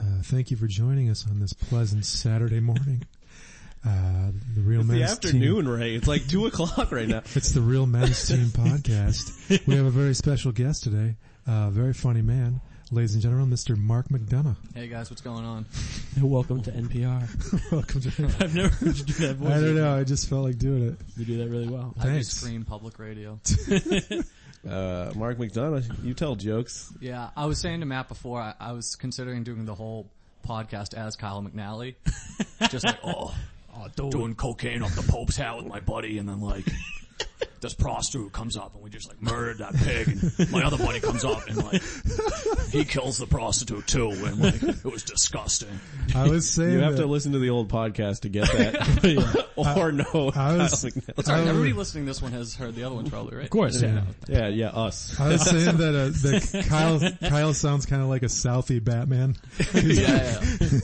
Uh, thank you for joining us on this pleasant Saturday morning. Uh, the Real It's the Men's Team. afternoon, Ray. It's like two o'clock right now. It's the Real Men's Team podcast. We have a very special guest today, uh, very funny man, ladies and gentlemen, Mr. Mark McDonough. Hey guys, what's going on? And welcome to NPR. Welcome to. I've never heard you do that voice. I don't know. I just felt like doing it. You do that really well. I Thanks. just scream public radio. Uh, Mark McDonough, you tell jokes. Yeah, I was saying to Matt before, I, I was considering doing the whole podcast as Kyle McNally. just like, oh, doing cocaine off the Pope's hat with my buddy and then like, this prostitute comes up and we just like murdered that pig and my other buddy comes up and like, he kills the prostitute too and like, it was disgusting. I was saying You have that- to listen to the old podcast to get that. or no. I was- Kyle McNally. Sorry, I everybody was, listening to this one has heard the other one probably, right? Of course, yeah. yeah, yeah, us. I was saying that, uh, that Kyle Kyle sounds kind of like a Southie Batman. Yeah, yeah.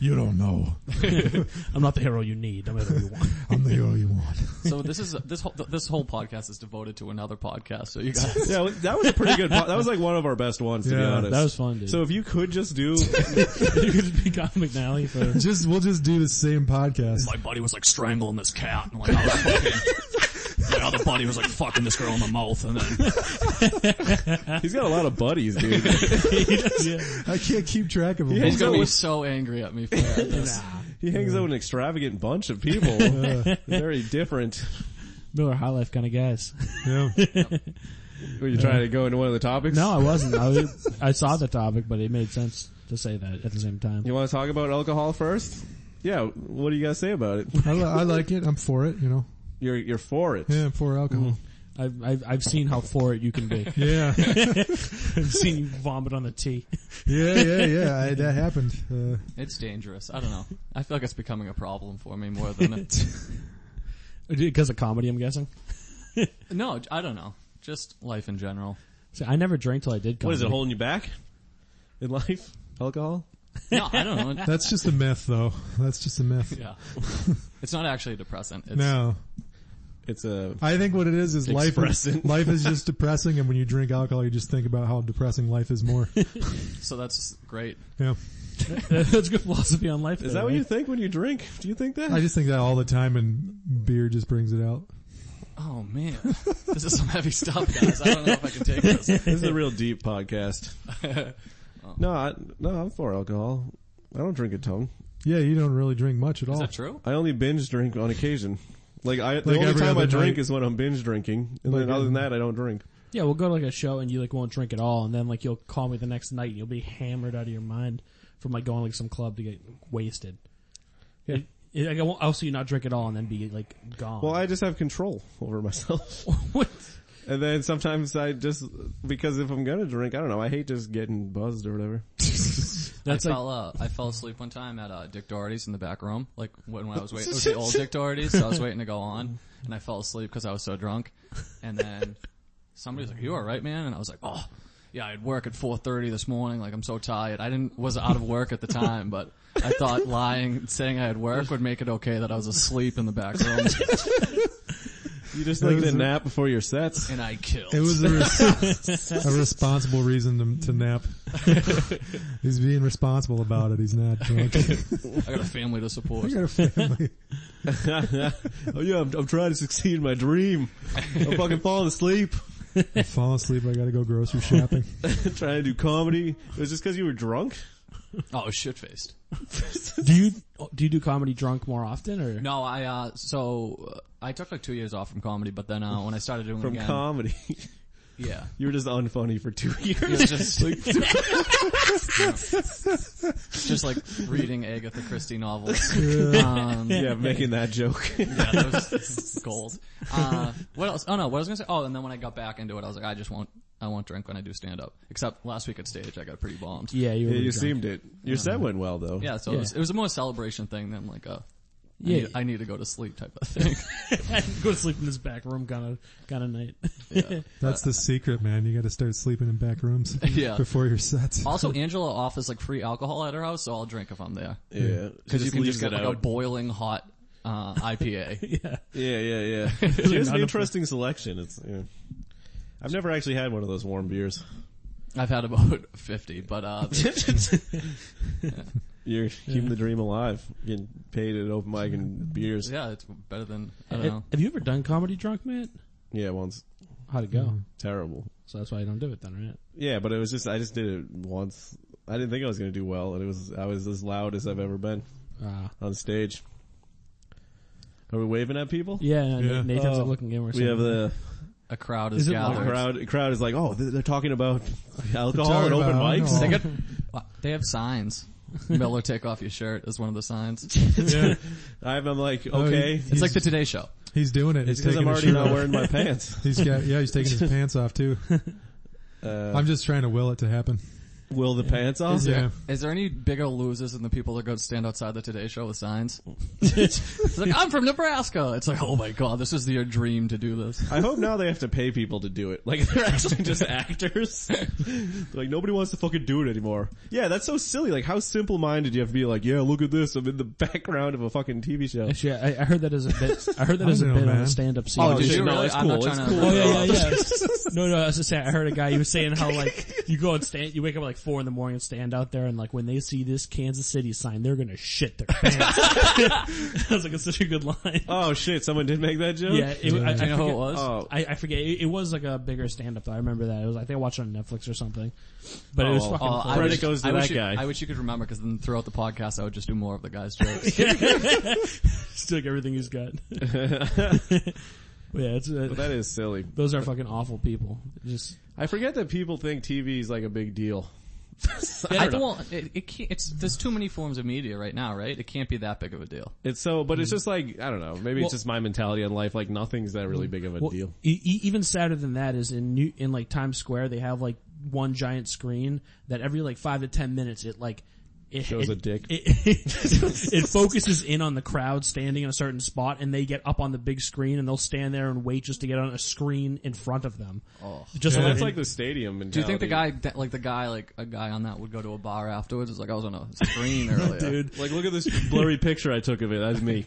You don't know. I'm not the hero you need. I'm the hero you want. I'm the hero you want. So this is this whole this whole podcast is devoted to another podcast. So you guys, Yeah, that was a pretty good. Po- that was like one of our best ones, to be Yeah, honest. That was fun, dude. So if you could just do, you could be Kyle McNally for Just we'll just do the same podcast. my buddy was like strangling this cat and like I was fucking my other buddy was like fucking this girl in the mouth and then he's got a lot of buddies, dude. yeah. I can't keep track of them. Yeah, all. he's got- Joe was so angry at me for that. He hangs out with an extravagant bunch of people. Very different. Miller High Life kind of guys. Yeah. Were you trying to go into one of the topics? No, I wasn't. I, was, I saw the topic, but it made sense to say that at the same time. You want to talk about alcohol first? Yeah. What do you guys say about it? I, li- I like it. I'm for it. You know. You're you're for it. Yeah, I'm for alcohol. I've, I've, I've seen how for it you can be. Mm-hmm. Yeah, I've seen you vomit on the tea. yeah, yeah, yeah. I, that happened. Uh, It's dangerous. I don't know. I feel like it's becoming a problem for me more than it. Because of comedy, I'm guessing. No, I don't know. Just life in general. See, I never drank till I did comedy. What is it holding you back in life? Alcohol? No, I don't know. that's just a myth, though. That's just a myth. Yeah. It's not actually a depressant. It's, No, It's a I think what it is is life. Expressant. Life is just depressing, and when you drink alcohol, you just think about how depressing life is more. So that's great. Yeah, That's good philosophy on life. Is there, that what right? you think when you drink? Do you think that? I just think that all the time, and beer just brings it out. Oh man, this is some heavy stuff, guys. I don't know if I can take this. this is a real deep podcast. No, I, no, I'm for alcohol. I don't drink a ton. Yeah, you don't really drink much at all. Is that true? I only binge drink on occasion. Like I, the Like only every time I other drink night. is when I'm binge drinking, and Like then other than that, I don't drink. Yeah, we'll go to like a show and you like won't drink at all, and then like you'll call me the next night and you'll be hammered out of your mind from like going like some club to get wasted. Yeah. like, I won't, I'll see you not drink at all and then be like gone. Well, I just have control over myself, what? and then sometimes I just because if I'm gonna drink, I don't know. I hate just getting buzzed or whatever. That's I like fell uh, I fell asleep one time at uh, Dick Doherty's in the back room, like when, when I was waiting. It was the old Dick Doherty's, so I was waiting to go on, and I fell asleep because I was so drunk. And then somebody was like, "You all right, man?" And I was like, "Oh, yeah, I had work at 4:30 this morning. Like I'm so tired. I didn't was out of work at the time, but I thought lying, saying I had work would make it okay that I was asleep in the back room, You just like was to a- nap before your sets. and I killed. It was a, res- a responsible reason to, to nap. He's being responsible about it. He's not drunk. I got a family to support. got a family. oh yeah, I'm, I'm trying to succeed in my dream. I'm fucking falling asleep. I fall asleep. I gotta go grocery shopping. trying to do comedy. It was just because you were drunk. Oh, shit faced. do you do you do comedy drunk more often or No, I uh, so uh, I took like two years off from comedy, but then uh, when I started doing from it again, comedy. yeah. You were just unfunny for two It years. was just like, just like reading Agatha Christie novels. Um, yeah, yeah, making that joke. that was gold. Uh, what else? Oh no, what I was gonna say? Oh, and then when I got back into it, I was like, I just won't, I won't drink when I do stand up. Except last week at stage, I got pretty bombed. Yeah, you were Yeah, really you drunk. seemed it. Your set went well though. Yeah, so It, was, it was a more celebration thing than like a, I Yeah. need, I need to go to sleep type of thing. go to sleep in this back room kind of kind of night. That's the secret, man. You gotta start sleeping in back rooms Yeah. before your sets. also, Angela offers like free alcohol at her house, so I'll drink if I'm there. yeah. Cause you can just get it like a out. boiling hot, uh, IPA. Yeah, yeah, yeah. It's an not a- interesting selection. It's. Yeah. I've never actually had one of those warm beers. I've had about fifty, but uh, You're keeping the dream alive. Getting paid at open mic and beers. yeah, it's better than I don't Have know. you ever done comedy drunk, Matt? Yeah, once How'd it go? Mm-hmm. terrible. So that's why you don't do it then, right? Yeah, but it was just I just did it once. I didn't think I was gonna do well, and it was I was as loud as I've ever been Uh, on stage. Are we waving at people? yeah, and Yeah. Nathan's Oh. like looking in. or We have something. the, A crowd Is is it like the gathered. crowd. the Crowd is like, oh, they're they're talking about alcohol Talking and open about mics. alcohol. They got- Wow, Uh, They have signs. Miller, take off your shirt is one of the signs. Yeah. I'm, I'm like, Oh, he- okay, It's like the Today Show. He's doing it. it's He's because taking I'm his already shirt not off. wearing my pants. He's got, yeah, he's taking his pants off too. Uh, I'm just trying to will it to happen. will the pants off? Yeah. Is there any bigger losers than the people that go stand outside the Today Show with signs? it's like, I'm from Nebraska. It's like, oh my god, this is your dream to do this. I hope now they have to pay people to do it. Like they're actually just actors. They're like nobody wants to fucking do it anymore. Yeah, that's so silly. Like how simple minded you have to be like, yeah, look at this. I'm in the background of a fucking TV show. Actually, I, I heard that as a bit. I heard that I as a don't bit know, on man. a stand-up scene. Oh, shit, did you no, really? it's I'm cool, not trying it's to. cool. Oh yeah, yeah, yeah. no, no, I was just saying, I heard a guy, he was saying how like, you go and stand, you wake up at like four in the morning and stand out there and like when they see this Kansas City sign, they're gonna shit their pants. I was like, it's such a good line. Oh shit, someone did make that joke? yeah, it, I, I Do you know who it forget, was? Oh. I, I forget, it, it was like a bigger stand-up though, I remember that. It was, I think I watched it on Netflix or something. But it was Oh, fucking Oh, I hilarious. Credit wish- goes to I that wish you, guy. I wish you could remember because then throughout the podcast I would just do more of the guy's jokes. Just took everything he's got. But yeah, it's, But uh, that is silly. those are fucking awful people. Just, I forget that people think TV is like a big deal. I don't. it, it can't, it's there's too many forms of media right now, right? It can't be that big of a deal. It's so, but it's just like, I don't know, maybe Well- it's just my mentality on life, like nothing's that really big of a Well, deal. e- e- even sadder than that is in New- in like Times Square they have like one giant screen that every like five to ten minutes it like it Shows it, a dick. It, it focuses in on the crowd standing in a certain spot and they get up on the big screen and they'll stand there and wait just to get on a screen in front of them. Oh. Just So like- that's like the stadium mentality. Do you think the guy, that, like the guy, like a guy on that would go to a bar afterwards? It's like I was on a screen earlier. dude. Like look at this blurry picture I took of it, that's me.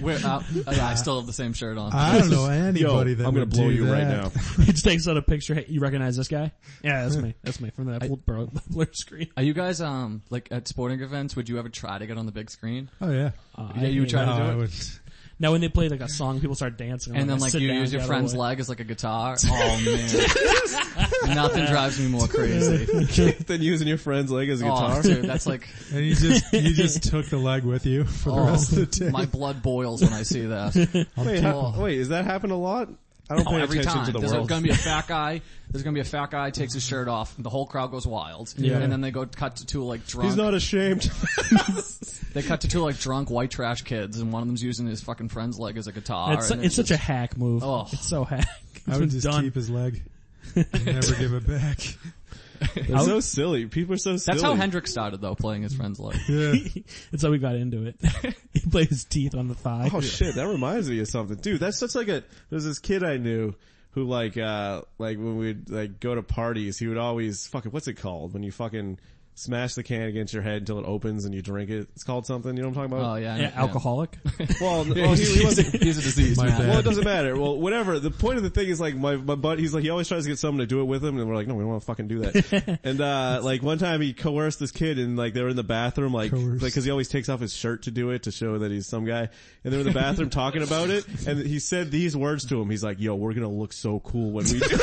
Where, uh, oh, yeah, I still have the same shirt on. I don't know Yo, anybody I'm that gonna would blow do you right that. now. he just takes out a picture. Hey, you recognize this guy? Yeah, that's me. That's me from that old blur, blur screen. Are you guys um like at sporting events? Would you ever try to get on the big screen? Oh yeah. Uh, Yeah, you would try No, to do I it? would. Now when they play like a song, people start dancing. I'm And then I like sit you down, use your get out of the friend's way. leg as like a guitar. Oh man, nothing drives me more crazy. than using your friend's leg as a guitar. Oh, dude, that's like And you just you just took the leg with you for the oh, rest of the day. my blood boils when I see that. Wait, Well- how, wait, does that happen a lot? I don't Oh, pay every attention time to the there's world. gonna be a fat guy. There's gonna be a fat guy takes his shirt off. And the whole crowd goes wild. And then they go cut to two like drunk. He's not ashamed. they cut to two like drunk white trash kids, and one of them's using his fucking friend's leg as a guitar. It's, and it's such a hack move. Oh. It's so hack. I would It's just done. keep his leg. and Never give it back. They're so silly. People are so silly. That's how Hendrix started though, playing his friend's leg. Yeah. That's how we got into it. he played his teeth on the thigh. Oh shit, that reminds me of something. Dude, that's such like a, there's this kid I knew who like, uh, like when we'd like go to parties, he would always fucking, what's it called? When you fucking smash the can against your head until it opens and you drink it. It's called something, you know what I'm talking Oh about? yeah, yeah, alcoholic. Well, n- well, he, he wasn't, He's a disease. My man. bad. Well, it doesn't matter. Well, whatever. The point of the thing is like my, my buddy, he's like, he always tries to get someone to do it with him and we're like, no, we don't want to fucking do that. and, uh, like one time he coerced this kid and like they were in the bathroom like, Coerced. like cause he always takes off his shirt to do it to show that he's some guy. And they're in the bathroom talking about it and he said these words to him. He's like, yo, we're gonna look so cool when we do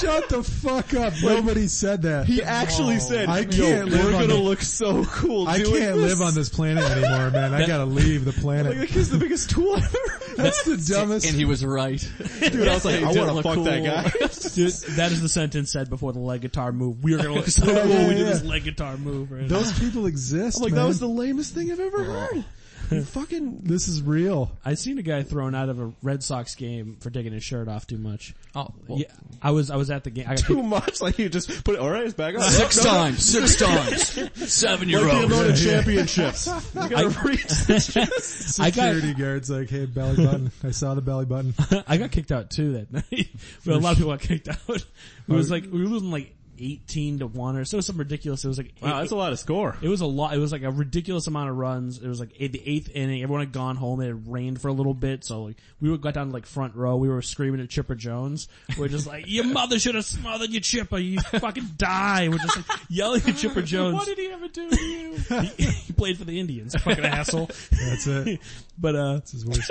Shut the fuck up. Nobody said that. He actually said, I yo, can't live we're on gonna the- look so cool I doing can't this. live on this planet anymore, man. I gotta leave the Like, the planet. kid's the biggest tool ever. That's the dumbest. And he was right. Dude, I was like, He I did wanna look fuck that cool. guy. Dude, that is the sentence said before the leg guitar move. We are gonna look so cool. yeah, we did yeah. this leg guitar move. Right Those people exist. I'm like, man. that was the lamest thing I've ever heard. You fucking This is real. I seen a guy thrown out of a Red Sox game for taking his shirt off too much. Oh, well, Yeah, I was I was at the game. I got too much. Like you just put it, all right, it's back on. Six No, no, no. times, six times, seven year Like the old. amount of championships. You gotta reach the championships. I got- Security guards like, hey, belly button. I saw the belly button. I got kicked out too that night. but a lot of people got kicked out. It was like we were losing like eighteen to one or so some ridiculous. It was like Wow, that's a lot of score. It was a lot. It was like a ridiculous amount of runs. It was like eight, the eighth inning. Everyone had gone home. It had rained for a little bit, so like we were got down to like front row. We were screaming at Chipper Jones. We're just like, "Your mother should have smothered you, Chipper. You fucking die!" We're just like yelling at Chipper Jones. What did he ever do to you? he, he played for the Indians, fucking asshole. That's it. But uh, This is worst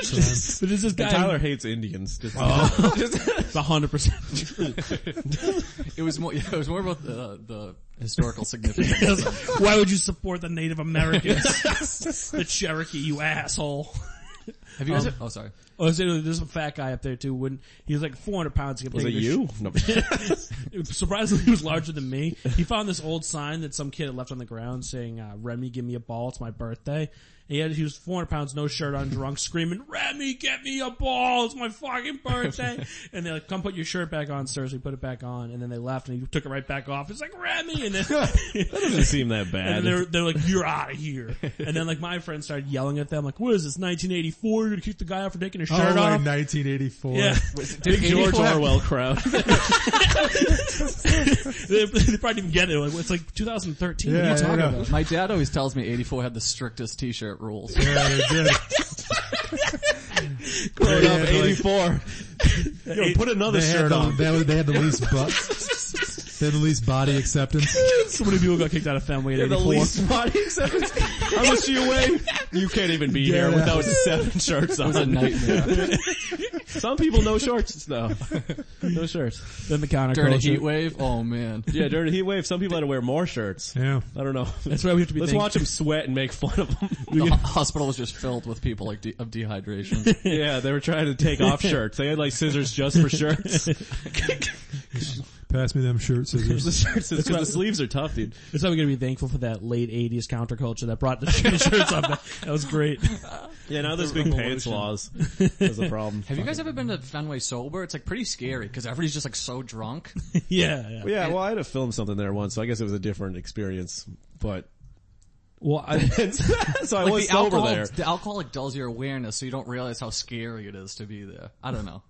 but it's this guy, Tyler hates Indians. Just- hundred percent. It was more. Yeah, it was more about the the historical significance. Why would you support the Native Americans, the Cherokee, you asshole? Have you guys? Um, oh, sorry. Oh, so there's a fat guy up there too. When he was like 400 pounds, he kept was it taking you? No. this- Surprisingly, he was larger than me. He found this old sign that some kid had left on the ground saying, uh, "Remy, give me a ball. It's my birthday." And he, had, he was 400 pounds, no shirt on, drunk, screaming, "Remy, get me a ball. It's my fucking birthday!" and they're like, "Come put your shirt back on, sir." So he put it back on, and then they left, and he took it right back off. It's like Remy, and then doesn't seem that and bad. then they're, they're like, you're out of here. And then like my friend started yelling at them, like, what is this, 1984? You're gonna kick the guy out for taking his Oh, shirt like off? 1984. Yeah. Big George 84? Orwell crowd. they, they probably didn't get it. Like, it's like 2013. what are Yeah, you yeah, talking yeah. about? uh, My dad always tells me '84 had the strictest T-shirt rules. Yeah, they did. Growing Yeah, up, like- 84. Yo, put another They had, shirt the, on. they, had- they had the least butt. They had the least body acceptance. So many people got kicked out of Fenway at The 84. least body acceptance. How much do you weigh? You can't even be Yeah. here without seven shirts It was a on. nightmare Some people no shorts though. No shirts. Then the during a heat counterculture. wave. Oh man, Yeah, during a heat wave, some people had to wear more shirts. Yeah. I don't know. That's why we have to be Let's thank- watch them sweat and make fun of them. the ho- hospital was just filled with people like de- of dehydration. yeah, they were trying to take off shirts. They had like scissors just for shirts. Pass me them shirt scissors. the shirts, because why- the sleeves are tough, dude. That's why we gotta be thankful for that late 80s counterculture that brought the shirts up. That, that was great. Yeah, now there's big pants laws. That's a problem. Have you guys ever been to Fenway sober? It's like pretty scary because everybody's just like so drunk. Yeah, yeah. Yeah, well, I had to film something there once, so I guess it was a different experience. But Well, I, so Oh, I was the sober alcohol, there. the alcohol like dulls your awareness, so you don't realize how scary it is to be there. I don't know.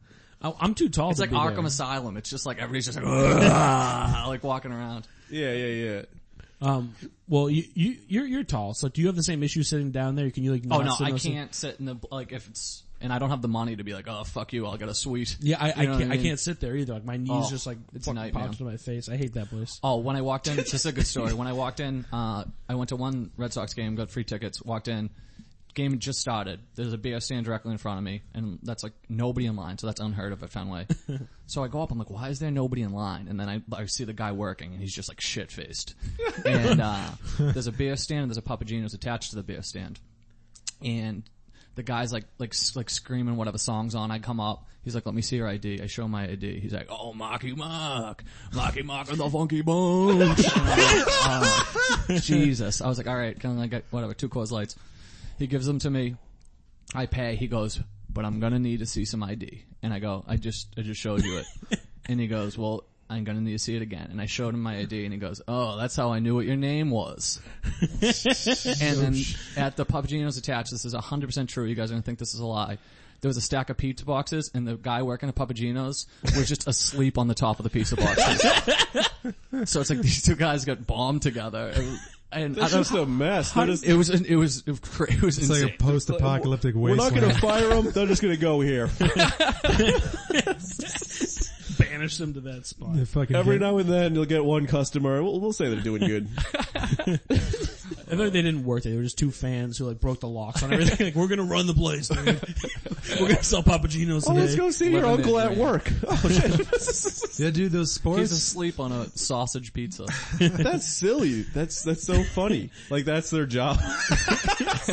I, I'm too tall It's to like be Arkham there. Asylum. It's just like everybody's just like, "Ugh," like walking around. Yeah, yeah, yeah. Um, well, you, you, you're, you're tall, so do you have the same issue sitting down there? Can you like, Oh not no, sit I on the- can't sit in the like if it's and I don't have the money to be like, oh fuck you, I'll get a suite. Yeah, I, I You know can't. what I, I mean? can't sit there either. Like my knees Oh, just like it's a fucking nightmare. pops to my face. I hate that place. Oh, when I walked in, this is a good story. When I walked in, uh, I went to one Red Sox game, got free tickets, walked in, game had just started. There's a beer stand directly in front of me, and that's like nobody in line, so that's unheard of at Fenway. so I go up, I'm like, why is there nobody in line? And then I, I see the guy working, and he's just like shit faced. and, uh, there's a beer stand, and there's a Papagenos attached to the beer stand and the guy's like like s- like screaming whatever song's on. I come up. He's like, "Let me see your ID." I show my ID. He's like, "Oh, Marky Mark, Marky Mark and the Funky Bunch." And I'm like, uh, Jesus, I was like, "All right, can I get whatever two Coors Lights?" He gives them to me. I pay. He goes, "But I'm gonna need to see some ID." And I go, "I just I just showed you it." and he goes, "Well." I'm gonna need to see it again. And I showed him my ID and he goes, oh, that's how I knew what your name was. And then at the Papagenos attached, this is 100% true. You guys are going to think this is a lie. There was a stack of pizza boxes and the guy working at Papagenos was just asleep on the top of the pizza boxes. so it's like these two guys got bombed together. And- And I That's don't just a mess. They're just- it was, it was, it was, cra- it was It's insane. like a post-apocalyptic we're not wasteland. going to fire them. They're just going to go here. Banish them to that spot. They fucking Every get- now and then you'll get one customer. We'll, we'll say they're doing good. I think they didn't work. They were just two fans who like broke the locks on everything. like we're gonna run the place. dude. we're gonna sell Papagenos oh, today. let's go see Living your uncle the at dream. work. Oh, Yeah, dude, those He's sports. asleep on a sausage pizza. That's silly. That's that's so funny. Like that's their job.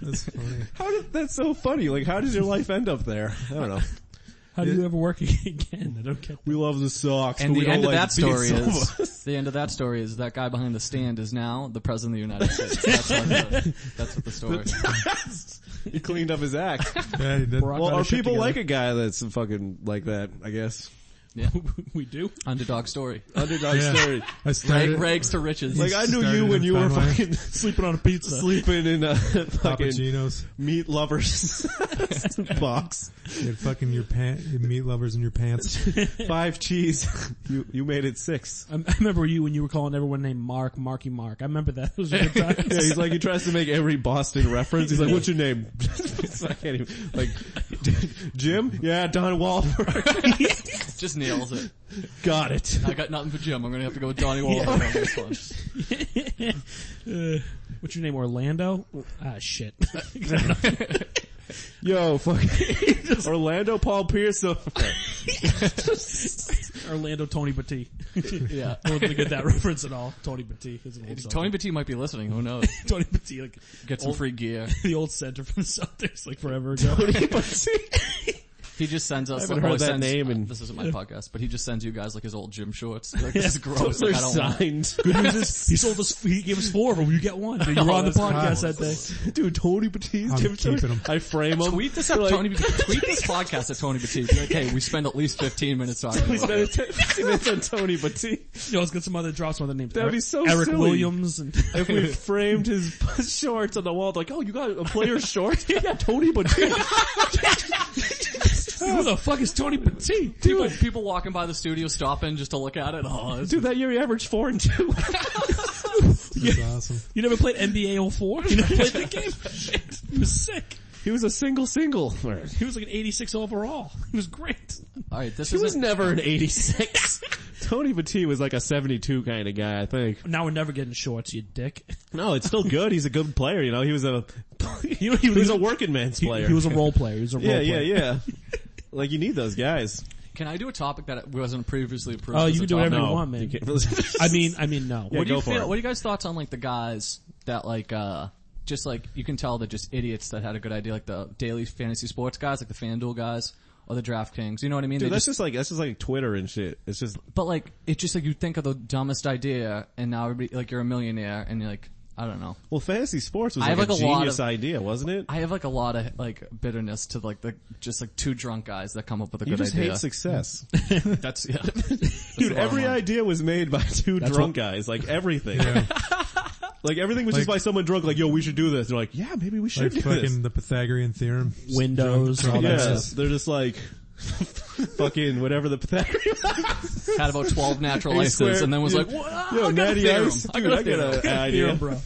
That's funny. How did that's so funny? Like how did your life end up there? I don't know. How do you ever work again? I don't get. We love the socks, And but we the don't end of like that the being story sober. is, the end of that story is that guy behind the stand is now the president of the United States. That's what the, that's what the story is. he cleaned up his act. Yeah, he did. Barack- Well, Got are his shit people together. like a guy that's fucking like that? I guess. Yeah. we do. Underdog story. Underdog Yeah. story. I Rag, started. rags to riches. Like I knew started you when in you were Fenway. fucking Sleeping on a pizza. sleeping in a fucking Cappuccinos. meat lovers box. You had fucking your pant, your meat lovers in your pants. Five cheese. You you made it six. I, I remember you when you were calling everyone named Mark, Marky Mark. I remember that. It was a good time. Yeah, he's like he tries to make every Boston reference. He's like, "What's your name?" It's like, I can't even. Like Jim? Yeah, Don Wahlberg. Just nails it. Got it. I got nothing for Jim. I'm gonna have to go with Donnie Wahlberg on this one. Uh, what's your name? Orlando? Ah, shit. Yo, fuck. Orlando Paul Pierce. Orlando Tony Batiste. Yeah. I wasn't gonna get that reference at all. Tony Batiste is an old Tony Petit might be listening. Who knows? Celtic. Tony Batiste, like Get some Old- free gear. the old center for the Celtics, like forever ago. He just sends us. haven't like, heard oh, he that sends- name in- this isn't my podcast, but he just sends you guys like his old gym shorts. Like, this is gross. They're Like, I don't want. it. signed. Good news is he sold us. He gave us four, but you get one. You were on Oh, the that's podcast cool. that day. Dude, Tony Batiste. I'm Jim Jones. keeping 'em. I frame him. Tweet this at Like- Tony. Petit- Tweet this podcast at Tony Petit. Be like, hey, we spend at least 15 minutes talking. He about spent it. 15 minutes on Tony Batiste. Yo, let's get some other drops, some other names. That'd be Eric- so Eric silly. Williams and If we framed his shorts on the wall, like, oh, you got a player's shorts? Yeah, Tony Batiste. who the fuck is Tony Batiste? People, people walking by the studio, stopping just to look at it. Oh, it's- Dude, that year he averaged four and two. That's awesome. You never played NBA 04? You never played that game? Shit. He was sick. He was a single single. He was like an 86 overall. He was great. all right. This He was is never an 86. Tony Batiste was like a 72 kind of guy, I think. Now we're never getting shorts, you dick. No, it's still good. He's a good player, you know. He was a, You know, he he was, was a working man's player. he was a role player. He was a role yeah, player. yeah, yeah. Like you need those guys. Can I do a topic that wasn't previously approved? Oh, as you a can do topic? whatever No, you want, man. you can't- I mean, I mean, no. Yeah. What do go you for feel? it. What are you guys' thoughts on like the guys that like uh just like you can tell they're just idiots that had a good idea, like the daily fantasy sports guys, like the FanDuel guys or the DraftKings. You know what I mean? Dude, They that's just, just like that's just like Twitter and shit. It's just but like it's just like you think of the dumbest idea, and now everybody like you're a millionaire, and you're like I don't know. well, fantasy sports was I like, have, a, like, a lot genius of- idea, wasn't it? I have like a lot of like bitterness to like the just like two drunk guys that come up with a you good just idea. hate success, That's yeah. That's dude. the bottom Every line. idea was made by two drunk guys. Like everything, like everything was just Like- by someone drunk. Like, yo, we should do this. They're like, yeah, maybe we Like should do fucking this. the Pythagorean theorem. Windows, all that Yes, stuff. they're just like fucking whatever the Pythagorean had about twelve natural A licenses, squared- and then was yeah. like, what? Yo, I got a Natty theorem. Ice, I dude, got I got an Here, idea. bro.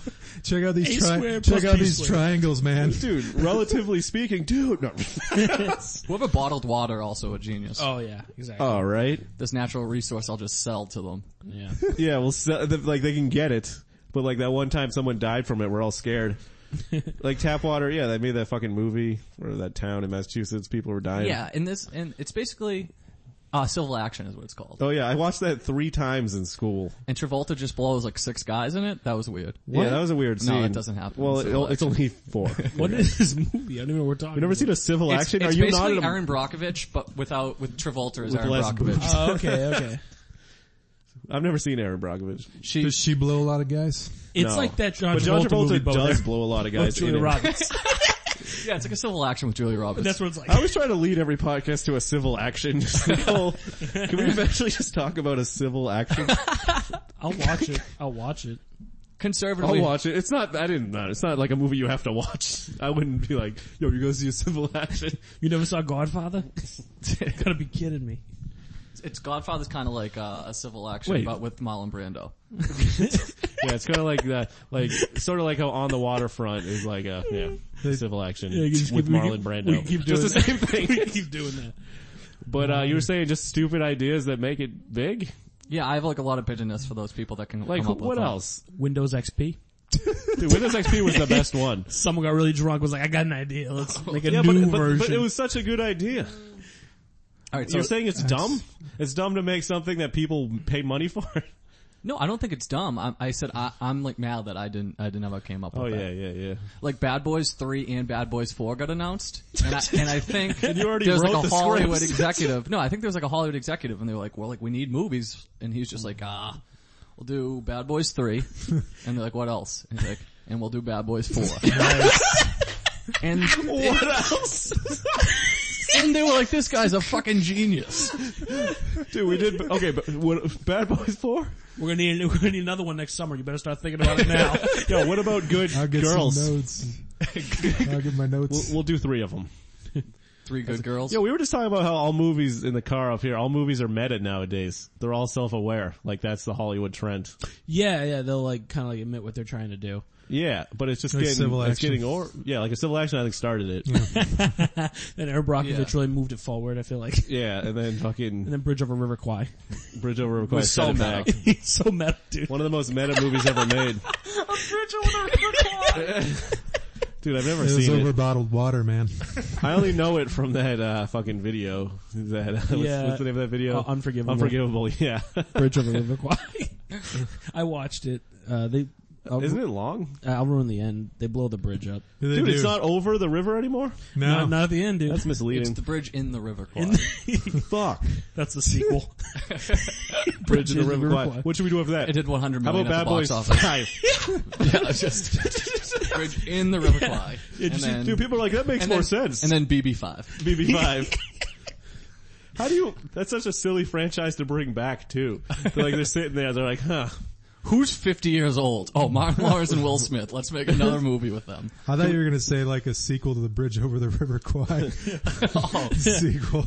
Check out these tri- squared check plus out B these squared. triangles, man. Dude, relatively speaking, dude. No. Whoever bottled water also a genius. Oh yeah, exactly. All right. This natural resource I'll just sell to them. yeah. Yeah, well, so, the, like they can get it, but like that one time someone died from it, we're all scared. like tap water, yeah, they made that fucking movie or that town in Massachusetts, people were dying. Yeah, and this and it's basically uh civil action is what it's called. Oh yeah, I watched that three times in school. And Travolta just blows like six guys in it. That was weird. Yeah, that was a weird No, scene. that doesn't happen Well, in it, civil it's only four. What is this movie? I don't even know what we're talking. You never seen a civil It's, action? it's Are you not basically in a, Aaron Brockovich, but without with Travolta as With Aaron less Brockovich. boobs. Oh, okay, okay. I've never seen Aaron Brockovich. She Does she blow a lot of guys? It's No. like that John But John Travolta, movie, Travolta Bo, does there. blow a lot of guys. Julia in it. Roberts. yeah, it's like a civil action with Julia Roberts. That's what it's like. I always try to lead every podcast to a civil action. Nicole, can we eventually just talk about a civil action? I'll watch it. I'll watch it. I'll Conservatively, watch it. It's not. I didn't. Not, it's not like a movie you have to watch. I wouldn't be like, yo, you go see a civil action. You never saw Godfather? you gotta be kidding me. it's Godfather's kind of like uh, a civil action, Wait. but with Marlon Brando. Yeah, it's kind of like that. Like sort of like how On the Waterfront is like a yeah, civil action Yeah, you just with keep- we Marlon keep- Brando. we keep doing just the that. same thing. Keep doing that. But uh, you were saying just stupid ideas that make it big. Yeah, I have like a lot of pigeonness for those people that can Like come up with what them. else? Windows XP. Dude, Windows XP was the best one. Someone got really drunk. Was like, I got an idea. Let's make a Yeah, but, new but, version. but it was such a good idea. All right, so You're saying it's dumb? It's dumb to make something that people pay money for? no, I don't think it's dumb. I, I said I, I'm like mad that I didn't I didn't ever came up Oh with that. yeah, yeah, yeah. like Bad Boys Three and Bad Boys Four got announced, and I, and I think you already there's wrote like a the Hollywood scripts. executive. No, I think there's like a Hollywood executive, and they were like, "Well, like we need movies," and he's just like, "Ah, we'll do Bad Boys 3. and they're like, "What else?" And he's like, "And we'll do Bad Boys 4. and What else? and they were like, "This guy's a fucking genius." Dude, we did. Okay, but what, Bad Boys Four? We're gonna need we're gonna need another one next summer. You better start thinking about it now. Yo, what about Good I'll get Girls? some notes. I'll get my We'll, notes. we'll do three of them. Three good girls. Yeah, we were just talking about how all movies in the car up here, all movies are meta nowadays. They're all self-aware. Like that's the Hollywood trend. yeah, yeah, they'll like kind of like admit what they're trying to do. Yeah, but it's just Like getting, civil it's action. getting or, yeah, like a civil action I think started it. And Aaron Brockovich Yeah. really moved it forward. I feel like, Yeah, and then and fucking then Bridge Over River Kwai. Bridge Over River Kwai was so set it meta. back. He's so meta, dude. One of the most meta movies ever made. Dude, I've never it was seen over it. bottled water, man. I only know it from that, uh, fucking video. That, uh, what's, Yeah. what's the name of that video? Uh, Unforgivable. Unforgivable, yeah. Bridge Over River Kwai. I watched it. Uh, they, I'll, Isn't it long? I'll ruin the end. They blow the bridge up. They Dude, do. it's not over the river anymore? No. Not, not at the end, dude. That's It's misleading. the bridge in the river. Quad. Fuck. That's the sequel. Bridge of the in the River River Kwai. Kwai. What should we do after that? It did 100 How million about Bad at the box Boys office. 5? yeah, it's just bridge in the river. Kwai. and then, Dude, people are like, that makes and more then- sense. And then BB5. BB5. How do you, that's such a silly franchise to bring back too. They're like, they're sitting there, they're like, huh. Who's 50 years old? Oh, Mark Lawrence and Will Smith. Let's make another movie with them. I thought you were gonna say like a sequel to the Bridge Over the River Kwai Oh. sequel.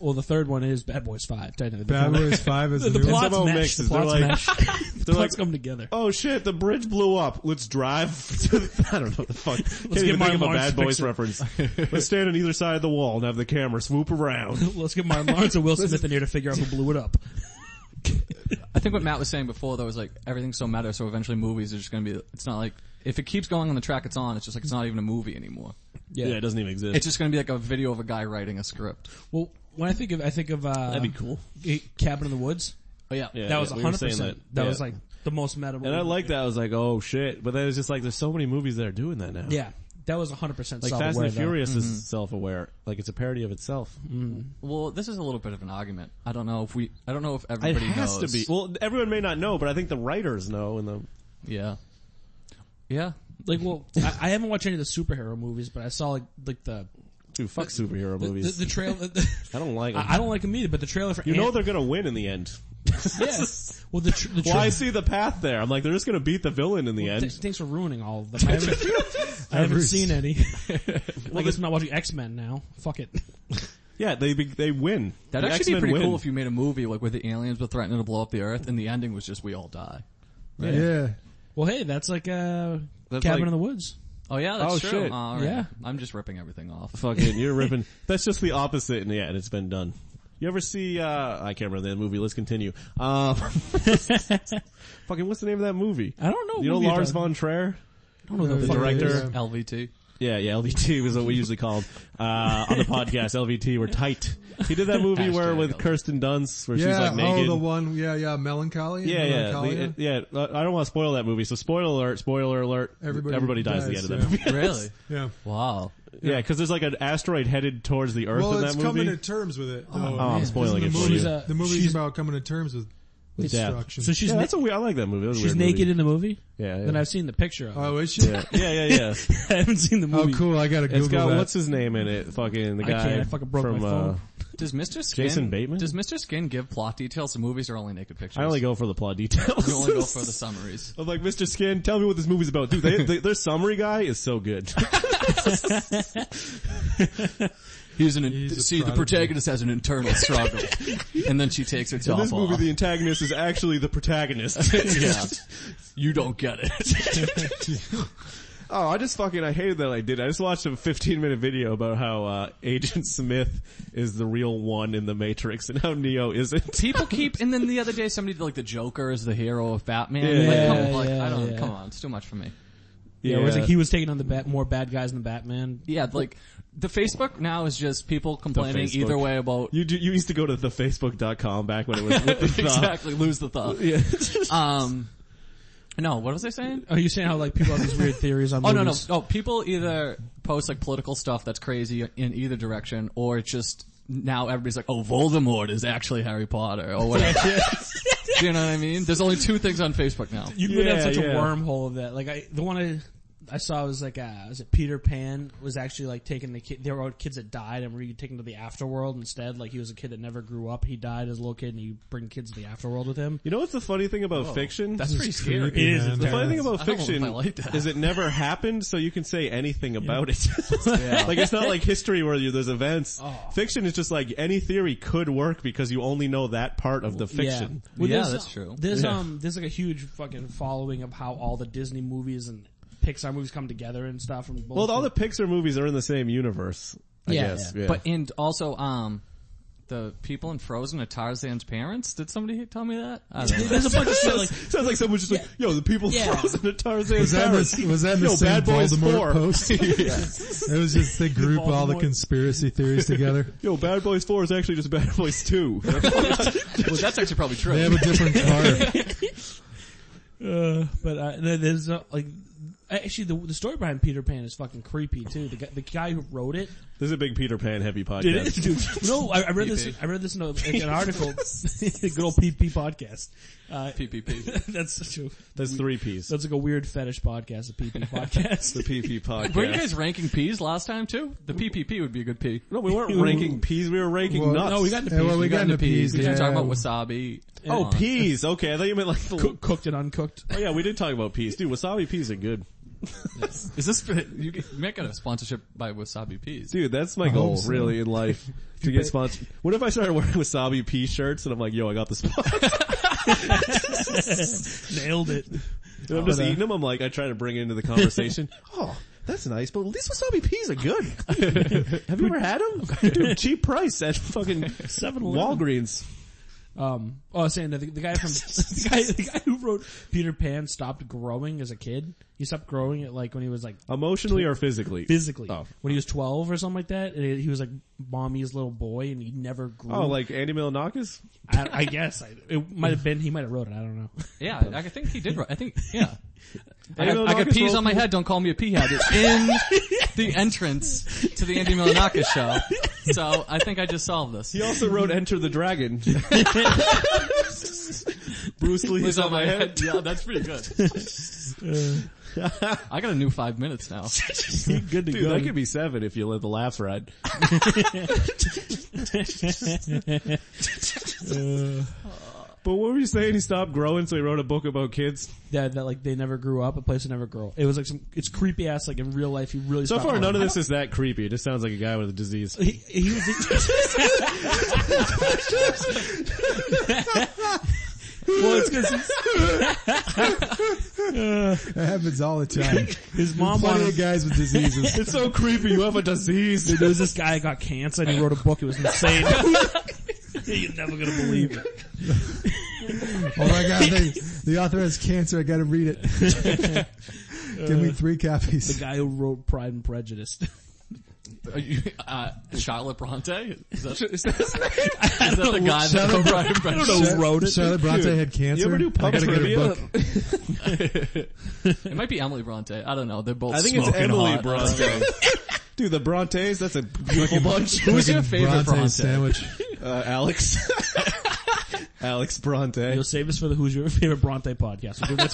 well, the third one is Bad Boys Five. Technically, Bad Boys Five is the, The new plot's Somehow meshed. mixes. The They're plot's like- meshed. The They're plots like, come together. oh shit, the bridge blew up. Let's drive to the, I don't know what the fuck. Let's Can't get even think Martin of a Lawrence Bad to Boys fix it. reference. Let's stand on either side of the wall and have the camera swoop around. Let's get Martin Lawrence and Will Smith in here to figure out who blew it up. I think what Matt was saying before though is like everything's so meta, so eventually movies are just gonna be, it's not like, if it keeps going on the track it's on, it's just like it's not even a movie anymore. Yeah. it doesn't even exist. It's just gonna be like a video of a guy writing a script. Well, when I think of, I think of uh, that'd be cool. Cabin in the Woods. Oh yeah. Yeah. That was we were hundred saying percent. that. That Yeah. was like the most meta. and I like that. I was like, oh shit. But then it's just like, there's so many movies that are doing that now. Yeah, Mm-hmm. that was hundred percent. Like Fast and the Furious is self-aware. Like it's a parody of itself. Well, this is a little bit of an argument. I don't know if we, I don't know if everybody knows. Well, everyone may not know, but I think the writers know and the Yeah. Yeah. Like, well, I, I haven't watched any of the superhero movies, but I saw like like the dude fuck superhero the, the, movies. the trail. The, I don't like. 'em. I I don't like them either, but the trailer for you know Ant- they're gonna win in the end. yeah. Well, the, tr- the Well, I trailer. see the path there. I'm like, they're just gonna beat the villain in the Th- end. thanks for ruining all of them. I haven't, I haven't seen any. I guess I'm not watching X Men now. Fuck it. Yeah, they be, they win. That'd The actually X-Men be pretty win. cool if you made a movie like where the aliens were threatening to blow up the earth and the ending was just we all die. yeah. Well, hey, that's like uh, That's Cabin like- in the Woods. Oh yeah, that's Oh, true. shit. All right. Yeah. I'm just ripping everything off. Fucking, you're ripping. That's just the opposite, and yeah, and it's been done. You ever see? uh I can't remember that movie. Let's continue. Um, fucking, what's the name of that movie? I don't know. You know movie Lars about- von Trier? I don't know the The fuck it director? is. Yeah. LVT. Yeah, yeah, LVT is what we usually call him. Uh, on the podcast, LVT, we're tight. He did that movie where Hashtag with LVT. Kirsten Dunst, where she's Yeah. like oh, naked. the one. Yeah, yeah. Melancholy. yeah, yeah, Melancholia? the- yeah. uh, I don't want to spoil that movie, so spoiler alert, spoiler alert. Everybody dies, dies, at the end of that movie. Really? yeah. Wow. Yeah, because there's like an asteroid headed towards the Earth Well, in that it's movie. coming to terms with it. though. Oh, I'm spoiling the it for movie- you. uh, the movie's she's- about coming to terms with With death. destruction. So she's yeah, na- that's a weird. I like that movie. That was a she's weird naked Movie. in the movie. Yeah, yeah. Then I've seen the picture of. it. oh, is she? yeah, yeah, yeah. I haven't seen the Oh, movie. cool. I gotta Google It's got that. what's his name in it? Fucking the I guy can't. I fucking broke from. my Uh, phone. Does Mr. Skin Jason Bateman? Does Mr. Skin give plot details to movies or only naked pictures? I only go for the plot details. You only go for the summaries. I'm like, Mr. Skin, tell me what this movie's about. Dude, they, they, their summary guy is so good. He's an He's a see the prodigy. protagonist has an internal struggle, and then she takes her In top this movie, off. the antagonist is actually the protagonist. yeah, you don't get it. oh, I just fucking, I hated that I did. I just watched a 15 minute video about how, uh, Agent Smith is the real one in the Matrix and how Neo isn't. People keep, and then the other day somebody did like the Joker is the hero of Batman. Yeah. like, come, Yeah, like, I don't, yeah. come on, it's too much for me. Yeah, whereas like he was taking on the bat, more bad guys than Batman. Yeah, like the Facebook now is just people complaining Facebook. either way about you, do, you used to go to the facebook.com back when it was with the thumb. exactly lose the thought. Yeah. Um, no, what was I saying? Are you Oh, saying how like people have these weird theories on? Oh no no movies? oh people either post like political stuff that's crazy in either direction or it's just now everybody's like oh Voldemort is actually Harry Potter or whatever. Do you know what I mean? There's only two things on Facebook now. You could Yeah, have such yeah. a wormhole of that. Like I, the one I, I saw it was like uh was it Peter Pan was actually like taking the kid there were kids that died and were you taking them to the afterworld instead like he was a kid that never grew up he died as a little kid and you bring kids to the afterworld with him You know what's the funny thing about fiction? Oh, That's pretty scary. creepy, It is, man. it's the funny thing about I don't know if fiction I like that. is it never happened, so you can say anything about it. like it's not like history where you, there's events. Oh. Fiction is just like any theory could work because you only know that part of the fiction. Yeah, Well, Yeah, there's, that's true. There's Yeah. um there's like a huge fucking following of how all the Disney movies and Pixar movies come together and stuff and Well, all the Pixar movies are in the same universe. I Yeah. guess. Yeah. But and also, um, the people in Frozen are Tarzan's parents. Did somebody tell me that? I don't know. there's a bunch of shit like Sounds, sounds like someone's just like, yo, the people Yeah. frozen to Tarzan Was that, in Paris. the, was that in the Yo, same Bad Boys Voldemort 4. post? It was just they group all the Voldemort. conspiracy theories together. Yo, Bad Boys 4 is actually just Bad Boys 2. well, that's actually probably true. They have a different car. Uh, but uh, there- there's uh, like actually the the story behind Peter Pan is fucking creepy too. The guy, the guy who wrote it, this is a big Peter Pan heavy podcast. no, I, I read this. I read this in, a, in an article, the good old PP podcast. Uh, PPP. that's true. That's three P's. That's like a weird fetish podcast, a PP podcast. the PP podcast. Were you guys ranking P's last time too? The PPP would be a good P. no, we weren't ranking P's, we were ranking Well, nuts. no, we got into Yeah, well, peas. we got into peas. Because you're yeah. talking about wasabi. Oh, Uh, peas. Okay, I thought you meant like the... Cook- cooked and uncooked. Oh yeah, we did talk about peas. Dude, wasabi peas are good. Is this you can make a sponsorship by wasabi peas? Dude, that's my goal so. really in life. To get sponsored. What if I started wearing wasabi pea shirts and I'm like, yo, I got the spot. Nailed it. And Oh, I'm just But, uh, eating them. I'm like, I try to bring it into the conversation. oh, that's nice, but these wasabi peas are good. Have you ever had them? Dude, cheap price at fucking 7-Eleven. Walgreens. Um, oh, I was saying that the, the guy from the guy the guy who wrote Peter Pan stopped growing as a kid. He stopped growing it like when he was like Emotionally or physically? physically Oh. when he was 12 or something like that and he was like mommy's little boy and he never grew Oh, like Andy Milonakis? I, I guess I, it might have been he might have wrote it I don't know Yeah, I I think he did. right. I think yeah. I, Andy got- I got Milonakis peas wrote- on my head. Don't call me a pea head. It's in the entrance to the Andy Milanakis show. So I think I just solved this. He also wrote Enter the Dragon. Bruce Lee is on my head. Yeah, that's pretty good. I got a new five minutes now. good to Dude, that could be seven if you let the laughs ride. But what were you saying? He stopped growing, so he wrote a book about kids. that, that like they never grew up a place that never grew it was like some it's creepy ass like in real life he really So stopped far, growing. none of this is that creepy. It just sounds like a guy with a disease. he, he was well it's cause It happens all the time. his mom Plenty wanted of guys with diseases. It's so creepy. You have a disease. Dude, there was this guy that got cancer and he wrote a book. It was insane. You're never gonna believe it. Oh my god, they, the author has cancer. I gotta read it. Give Uh, me three The copies. guy who wrote Pride and Prejudice. Are you, uh, Charlotte Bronte? Is that, is that, is that the guy that Charlotte wrote Pride and Prejudice? know. Char- wrote it? Charlotte Bronte Dude, had cancer. you ever do I pub gotta get her trivia? book. It might be Emily Bronte. I don't know. They're both I think smoking it's Emily hot. Bronte. Dude, the Brontes, that's a beautiful bunch. Who's your Fucking favorite Bronte? sandwich? Uh, Alex. Alex Bronte. You'll save this for the Who's Your Favorite Bronte podcast. We'll do that,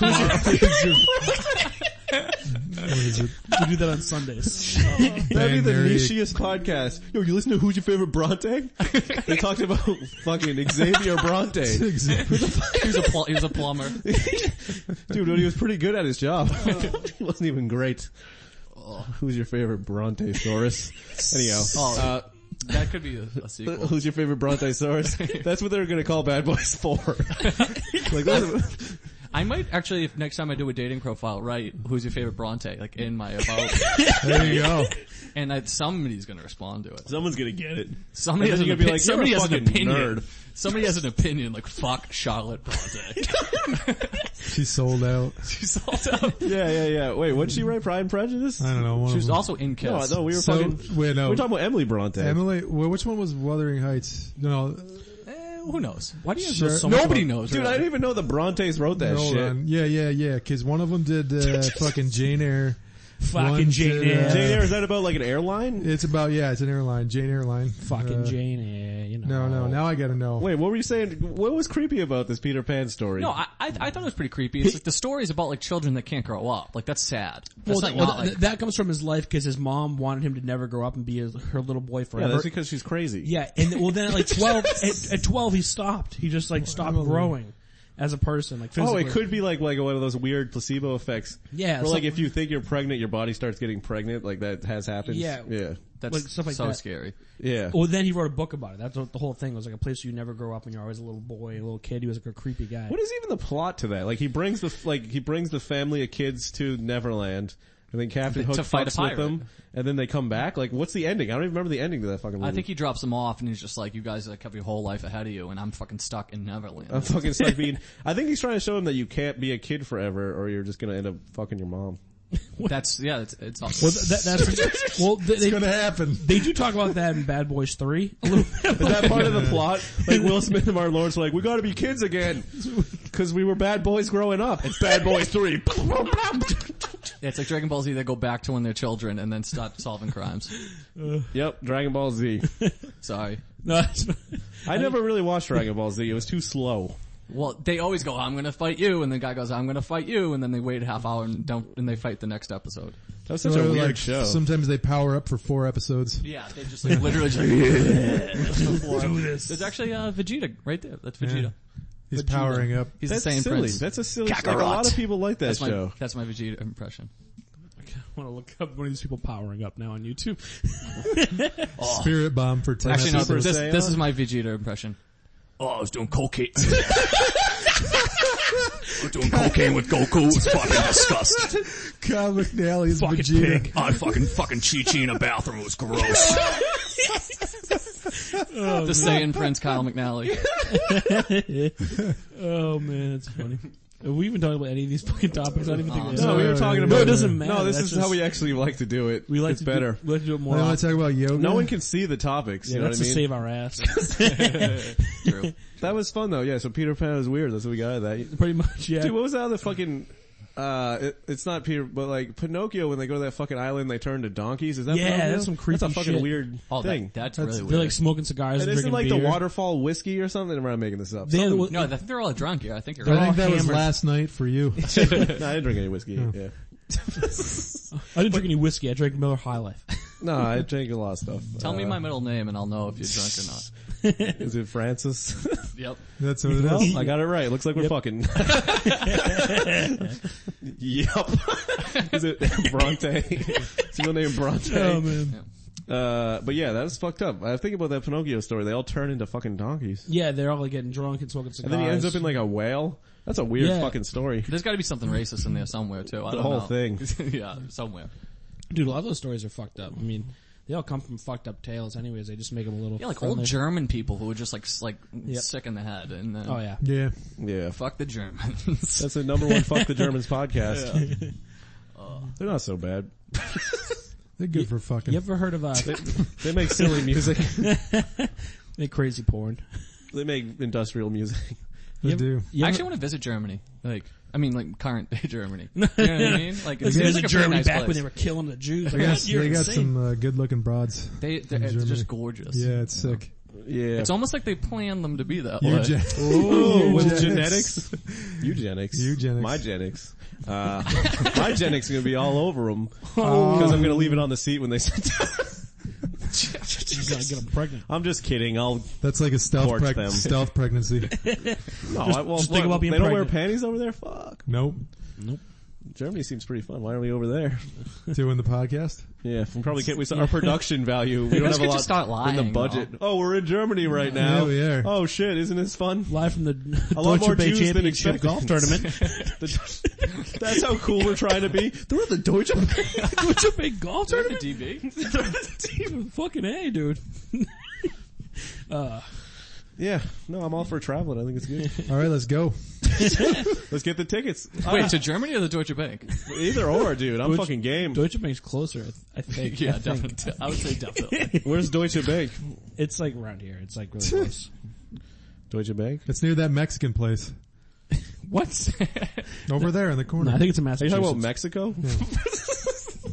tomorrow. What is it? We'll do that on Sundays. That'd be the Bang, Mary. nicheiest podcast. Yo, you listen to Who's Your Favorite Bronte? they talked about fucking Xavier Bronte. He was a, pl- he was a plumber. Dude, but he was pretty good at his job. he wasn't even great. Oh, Who's your favorite Brontosaurus? Anyhow. Oh, Oh, that could be a, a sequel. Who's your favorite Brontosaurus? That's what they were gonna call Bad Boys 4. like, that's- I might actually, if next time I do a dating profile, write who's your favorite Bronte, like in my about, There you go. and I, somebody's gonna respond to it. someone's gonna get it. Somebody And has then you're an gonna be opinion. like, "You're somebody a has an fucking opinion. nerd." Somebody has an opinion. Like fuck Charlotte Bronte. She sold out. She's also, Yeah, yeah, yeah. Wait, what'd she write? Pride and Prejudice? I don't know. One she of was them. also in Kiss. No, no, we were So, fucking. wait, no. We're talking about Emily Bronte. Emily, well, which one was Wuthering Heights? No, Eh, who knows? Why do you guys Sure. know so much Nobody about- knows. Dude, I didn't even know the Brontes wrote that hold shit. on. Yeah, yeah, yeah. Cause one of them did, uh, fucking Jane Eyre. Fucking Jane zero. Eyre. Jane Eyre, is that about like an airline? It's about yeah, it's an airline, Jane Airline. Fucking Uh, Jane Eyre, you know. No, no. Now I gotta know. Wait, what were you saying? What was creepy about this Peter Pan story? No, I, I I thought it was pretty creepy. It's like the story is about like children that can't grow up. Like that's sad. That's Well, like, th- well, not, th- like- that comes from his life because his mom wanted him to never grow up and be his, her little boy yeah, forever. that's because she's crazy. Yeah, and well, then at like twelve, at, at twelve, he stopped. He just like stopped growing as a person, like Oh, physically. it could be like like one of those weird placebo effects. Yeah, Where like some- if you think you're pregnant, your body starts getting pregnant. Like that has happened. Yeah. yeah, that's like, stuff like so that. scary. yeah. Well, then he wrote a book about it. That's what the whole thing was like a place you never grow up, and you're always a little boy, a little kid. He was like a creepy guy. What is even the plot to that? Like he brings the like he brings the family of kids to Neverland, and then Captain Hook To fight a fucks with pirate. them, and then they come back. Like what's the ending? I don't even remember the ending to that fucking movie. I think he drops them off and he's just like, you guys like have your whole life ahead of you and I'm fucking stuck in Neverland. Uh, I'm fucking stuck being. I think he's trying to show him that you can't be a kid forever, or you're just gonna end up fucking your mom. that's, yeah, it's, it's awesome. Well, th- that, that's well. They, It's they, gonna happen. they do talk about that in Bad Boys Three a little bit. Is that part of the plot? Like Will Smith and Martin Lawrence were like, we gotta be kids again. Cause we were bad boys growing up. It's Bad Boys 3. Yeah, it's like Dragon Ball Z, they go back to when they're children and then stop solving crimes. yep, Dragon Ball Z. Sorry. No, it's not- I never really watched Dragon Ball Z. It was too slow. Well, they always go, I'm gonna fight you, and the guy goes, I'm gonna fight you, and then they wait a half hour and don't, and they fight the next episode. That was such Or, a weird like, show. Sometimes they power up for four episodes. Yeah, they just like literally just like, do this. There's actually uh, Vegeta right there. That's Vegeta. Yeah. He's powering up. He's that's the same silly. prince. That's a silly. Like, a lot of people like that that's my show. that's my Vegeta impression. I want to look up one of these people powering up now on YouTube. Spirit bomb for ten Actually, no. episodes. Super This, Saiyan? this is my Vegeta impression. Oh, I was doing cocaine. doing cocaine with Goku. It's fucking disgusting. Kyle McNally is Fucking Vegeta. pig. I fucking fucking Chi Chi in a bathroom. It was gross. the Saiyan Prince Kyle McNally. Oh man, that's funny. Have we even talked about any of these fucking topics? I don't even think. Oh, we- No, we were talking about No, it doesn't matter. No, this That's is how just- we actually like to do it. We like it's to better. Do, we like to do it more. I don't often. want to talk about yoga. no one can see the topics. yeah, you know that's what I to mean? save our ass. True. That was fun though. Yeah. So Peter Pan is weird. That's what we got out of that. Pretty much, yeah. Dude, what was that other fucking? Uh, it, it's not Peter, but like Pinocchio when they go to that fucking island, they turn to donkeys. Is that Yeah, Pinocchio? that's some creepy That's a fucking shit. weird Oh, thing. that, that's, really They're weird. like smoking cigars and and isn't drinking like the beer. waterfall whiskey or something? Am I making this up? They had- no, I think they're all drunk here. I think you're I right. think that was hammered. last night for you. no, I didn't drink any whiskey. Yeah. I didn't drink any whiskey. I drank Miller High Life. No, I drank a lot of stuff. Tell me Uh, my middle name and I'll know if you're drunk or not. Is it Francis? Yep. That's what it Well, is. I got it right. Looks like we're fucking. yep. Is it Bronte? Is your name Bronte? Oh, man. Uh, but yeah, that is fucked up. I think about that Pinocchio story. They all turn into fucking donkeys. Yeah, they're all like getting drunk and smoking And cigars. then he ends up in like a whale. That's a weird Yeah. fucking story. There's gotta be something racist in there somewhere too. I The don't whole know. thing. yeah, somewhere. dude. A lot of those stories are fucked up. I mean, they all come from fucked up tales. Anyways, they just make them a little. Yeah, like friendly. old German people who were just like, s- like sick in the head and then, Oh yeah. Yeah. Yeah. fuck the Germans. That's the number one fuck the Germans podcast. They're not so bad. They're good for fucking. You ever heard of uh, They make silly music. they crazy porn? they make industrial music. They You ever- do. you I ever- actually want to visit Germany. Like, I mean like current day Germany. You know what I mean? Like, it Like, seems there's like a a pretty Germany nice back place. when they were killing the Jews. Like, They got, you're they got insane. some uh, good looking broads. They, they're, it's Germany. just gorgeous. Yeah, it's sick. Yeah. It's almost like they planned them to be that way. Eugen- Oh, with Eugenics. genetics, eugenics, Eugenics. my genics, uh, my genics gonna be all over them because I'm gonna leave it on the seat when they sit down. You're gonna get them pregnant. I'm just kidding. I'll. That's like a stealth, Torch them. preg- stealth pregnancy. No, I, well, just think what, about being they don't wear pregnant. panties over there. Fuck. nope. Germany seems pretty fun. Why are we over there? Doing the podcast. Yeah, we probably can't. We our production value. We don't have guys a could lot just start in the lying, budget. Oh, we're in Germany right now. Yeah, we are. Oh shit, isn't this fun? Live from the lot more Deutsche Bay Jews than Championship expected. golf tournament. The- That's how cool we're trying to be. They're at the Deutsche Bank. Deutsche Bay golf They're tournament. the DB. Fucking a, dude. Yeah, no, I'm all for traveling. I think it's good. All right, let's go. Let's get the tickets. Wait, to Germany or the Deutsche Bank? Either or, dude. I'm fucking game. Deutsche Bank's closer, I th- I think. Yeah, I think. definitely. I would say definitely. Where's Deutsche Bank? It's like around here. It's like really close. Deutsche Bank? It's near that Mexican place. what? Over there in the corner. No, I think it's a Are you Massachusetts. talking about Mexico?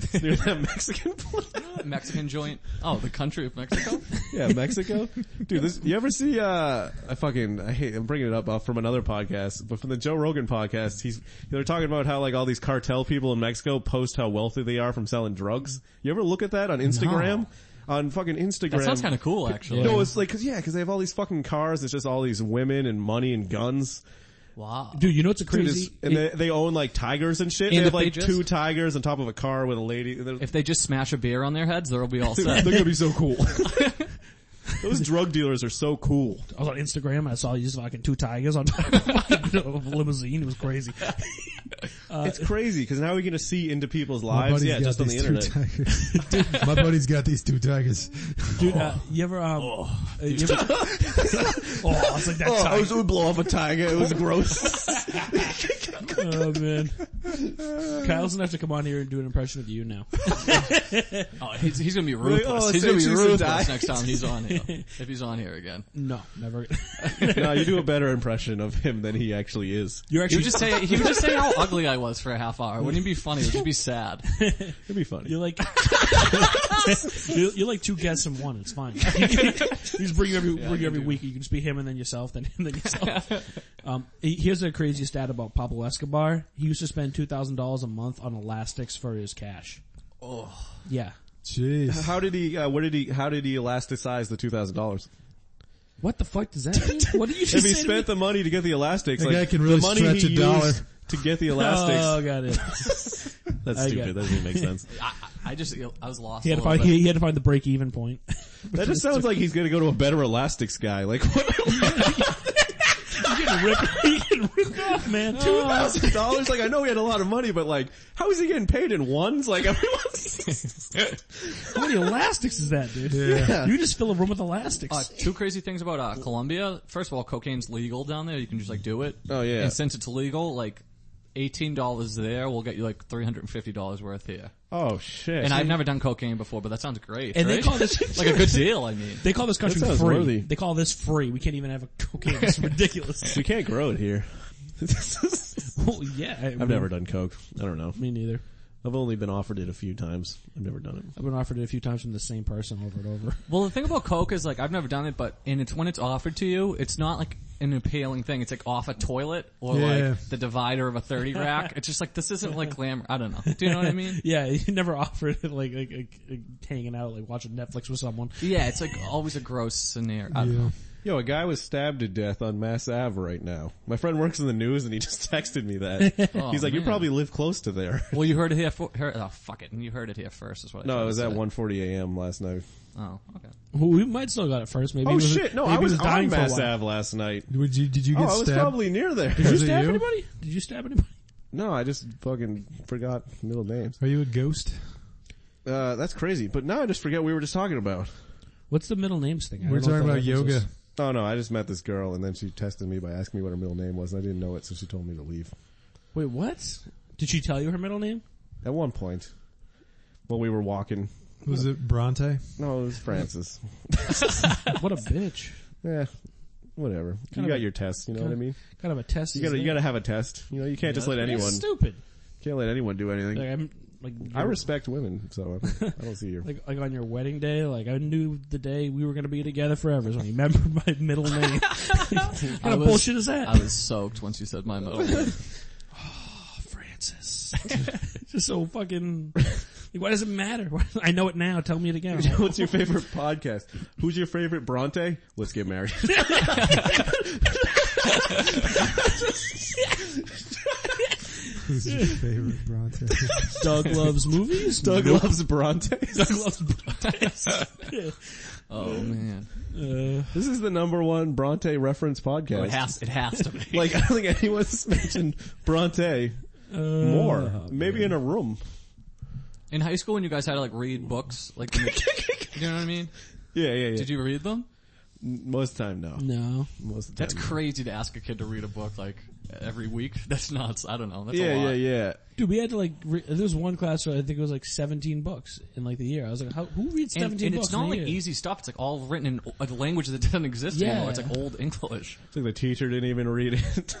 It's near that Mexican place. Mexican joint. Oh, the country of Mexico. Yeah, Mexico. Dude, this, you ever see, uh, I fucking, I hate, I'm bringing it up uh, from another podcast, but from the Joe Rogan podcast, he's, they're talking about how like all these cartel people in Mexico post how wealthy they are from selling drugs. You ever look at that on Instagram? On fucking Instagram. That sounds kind of cool, actually. No, it's like, cause yeah, cause they have all these fucking cars, it's just all these women and money and guns. Wow. Dude, you know what's Dude, crazy? it's- and they, they own like tigers and shit. And they have if they like just- two tigers on top of a car with a lady. and they're- If they just smash a beer on their heads, they'll be all Dude, set. they're gonna be so cool. Those drug dealers are so cool. I was on Instagram. I saw you just fucking two tigers on top of a fucking limousine. It was crazy. it's crazy because now we're gonna see into people's My lives. buddy's Yeah, got just on the these two internet. tigers. My buddy's got these two tigers. Dude, uh, you ever, um, oh, you ever, oh, I was like that tiger. would blow off a tiger. It was gross. oh man. Kyle's gonna have to come on here and do an impression of you now. Oh, he's, he's gonna be ruthless. oh, he's gonna be six used to die. ruthless next time he's on here. If he's on here again. No, never. no, you do a better impression of him than he actually is. You're He actually would just say, he would just say how ugly I was for a half hour. Wouldn't it be funny? It would be sad. It'd be funny. You're like, you're, you're like two guests in one. It's fine. you just bring you every bring you every week. You can just be him and then yourself, then him, then yourself. um, he- here's a crazy stat about Pablo Escobar. He used to spend two thousand dollars a month on elastics for his cash. Oh, yeah. Jeez. How did he? Uh, what did he? How did he elasticize the two thousand dollars? What the fuck does that mean? What did you If just he say to spent the money to get the elastics, That like guy can really the money stretch he a used dollar. to get the me? elastics. Oh, got it. That's I stupid. get- That doesn't make sense. I, I I just, I was lost. He had, a to find, little bit. he, he had to find the break even point. That just sounds like he's gonna go to a better elastics guy. Like He getting ripped, he getting ripped off, man. two thousand dollars. Like I know he had a lot of money, but like, how is he getting paid in ones? Like everyone's. How many elastics is that, dude? Yeah. You just fill a room with elastics. Uh, two crazy things about uh, Colombia. First of all, cocaine's legal down there. You can just like do it. Oh, yeah. And since it's legal, like eighteen dollars there will get you like three hundred and fifty dollars worth here. oh shit! And I've never done cocaine before, but that sounds great. And they right? call this- like a good deal. I mean, They call this country That sounds free. worthy. They call this free. We can't even have a cocaine. It's ridiculous. we can't grow it here. well, yeah. I, I've never done coke. I don't know. Me neither. I've only been offered it a few times. I've never done it. I've been offered it a few times from the same person over and over. well, the thing about coke is like I've never done it, but and it's when it's offered to you, it's not like an appealing thing. It's like off a toilet or Yeah. like the divider of a thirty rack. It's just like this isn't like glamour. I don't know. Do you know what I mean? Yeah, you never offered it like, like, like, like hanging out, like watching Netflix with someone. Yeah, it's like always a gross scenario. I don't know. Yeah. Yo, a guy was stabbed to death on Mass Ave right now. My friend works in the news and he just texted me that. He's like, you man. probably live close to there. Well, you heard it here. For, heard, oh, fuck it. And you heard it here first is what I No, tried it to was at say. 1.40 a.m. last night. Oh, okay. Well, we might still got it first. Maybe. Oh he was, shit, no, maybe I he was, dying on for a Mass while. Ave last night. Would you, did you Oh, get I was stabbed? probably near there. Did Was you it stab you? anybody? Did you stab anybody? No, I just fucking forgot middle names. Are you a ghost? Uh, that's crazy. But now I just forget what we were just talking about. What's the middle names thing? I We're don't know talking if that about yoga. references- Oh no, I just met this girl and then she tested me by asking me what her middle name was and I didn't know it so she told me to leave. Wait, what? Did she tell you her middle name? At one point, while we were walking, Was it Bronte? no, it was Francis. what a bitch. Yeah, whatever. Kind you of got a- your tests. You know what I kind of- mean. Kind of a test. You gotta, you isn't it? gotta have a test. You know, you can't just let That's anyone, Stupid. can't let anyone do Like, anything. I'm, like, I respect women, so I I don't see your. like like on your wedding day, like I knew the day we were gonna be together forever. So I remember my middle name. what kind I of was- bullshit is that? I was soaked once you said my middle. Francis. Just so fucking. like, Why does it matter? Why- I know it now. Tell me it again. What's your favorite podcast? Who's your favorite Bronte? Let's get married. Who's your favorite Bronte? Doug loves movies. Doug loves Bronte. Doug loves Brontes. Yeah. oh man, uh, This is the number one Bronte reference podcast. Oh, it has it has to be. like I don't think anyone's mentioned Bronte more. Maybe in a room. in high school when you guys had to like read books, like you know what I mean? Yeah, yeah, yeah. Did you read them? Most of the time, no. no. Most of the That's time. crazy to ask a kid to read a book like every week. That's nuts. I don't know. That's yeah, a lot. yeah, yeah. Dude, we had to like, re- there was one class where I think it was like 17 books in like the year. I was like, how, who reads And, 17 and books it's not in a like year? easy stuff. It's like all written in a language that doesn't exist Yeah. anymore. It's like old English. It's like the teacher didn't even read it.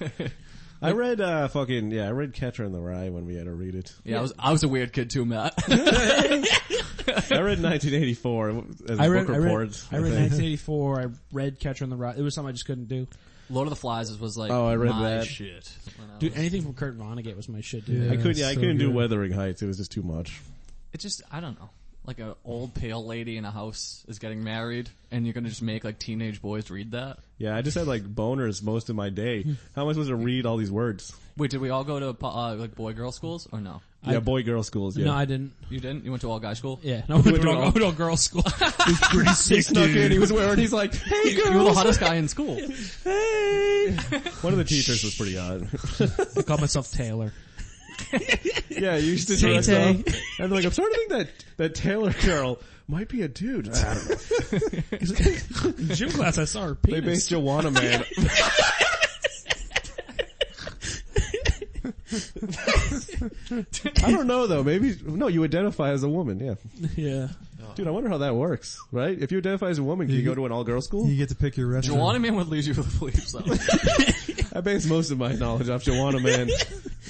I read uh fucking yeah, I read Catcher in the Rye when we had to read it. Yeah, I was I was a weird kid too, Matt. I read 1984 as a I read, book I read, I read report. I think. 1984. I read Catcher in the Rye. It was something I just couldn't do. Lord of the Flies was like Oh, I read my that. shit. when I Dude, was- anything from Kurt Vonnegut was my shit, dude. Yeah. I couldn't. Yeah, I That's so couldn't do good. Weathering Heights. It was just too much. It's just I don't know. Like an old pale lady in a house is getting married, and you're gonna just make like teenage boys read that. Yeah, I just had like boners most of my day. How am I supposed to read all these words? Wait, did we all go to uh, like boy girl schools or no? Yeah, boy girl schools. Yeah, No, I didn't. You didn't. You went to all guy school. Yeah, no, I went to all- all- I went to all girls' school. it was pretty sick, he snuck in. He was wearing. He's like, hey You were the girls, hottest guy in school. hey. One of the teachers was pretty hot. I called myself Taylor. yeah, you used to Tay dress Tay. up. And like, I'm starting to think that that Taylor girl might be a dude. I don't know. In gym class, I saw her They penis. based Joanna Man. I don't know though. Maybe no. You identify as a woman, yeah, yeah, dude. I wonder how that works, right? If you identify as a woman, can you, go to an all-girl school? You get to pick your restaurant. Joanna Man would lead you to the police though. I base most of my knowledge off Joanna Man,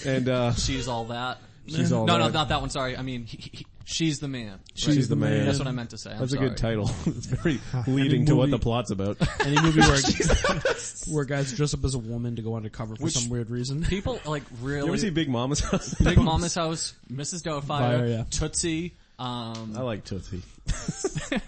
and uh, She's all that. she's all. no, that. no, not that one. Sorry. I mean, he, he, he- she's the man. She's the man. That's what I meant to say. I'm That's a good sorry. title. it's very leading to what the movie- plot's about. any movie where where guys dress up as a woman to go undercover for Which- some weird reason. People like You ever see really. Big Mama's House? Big Mama's house, Mrs. Doubtfire, Fire, yeah. Tootsie. Um, I like Tootsie.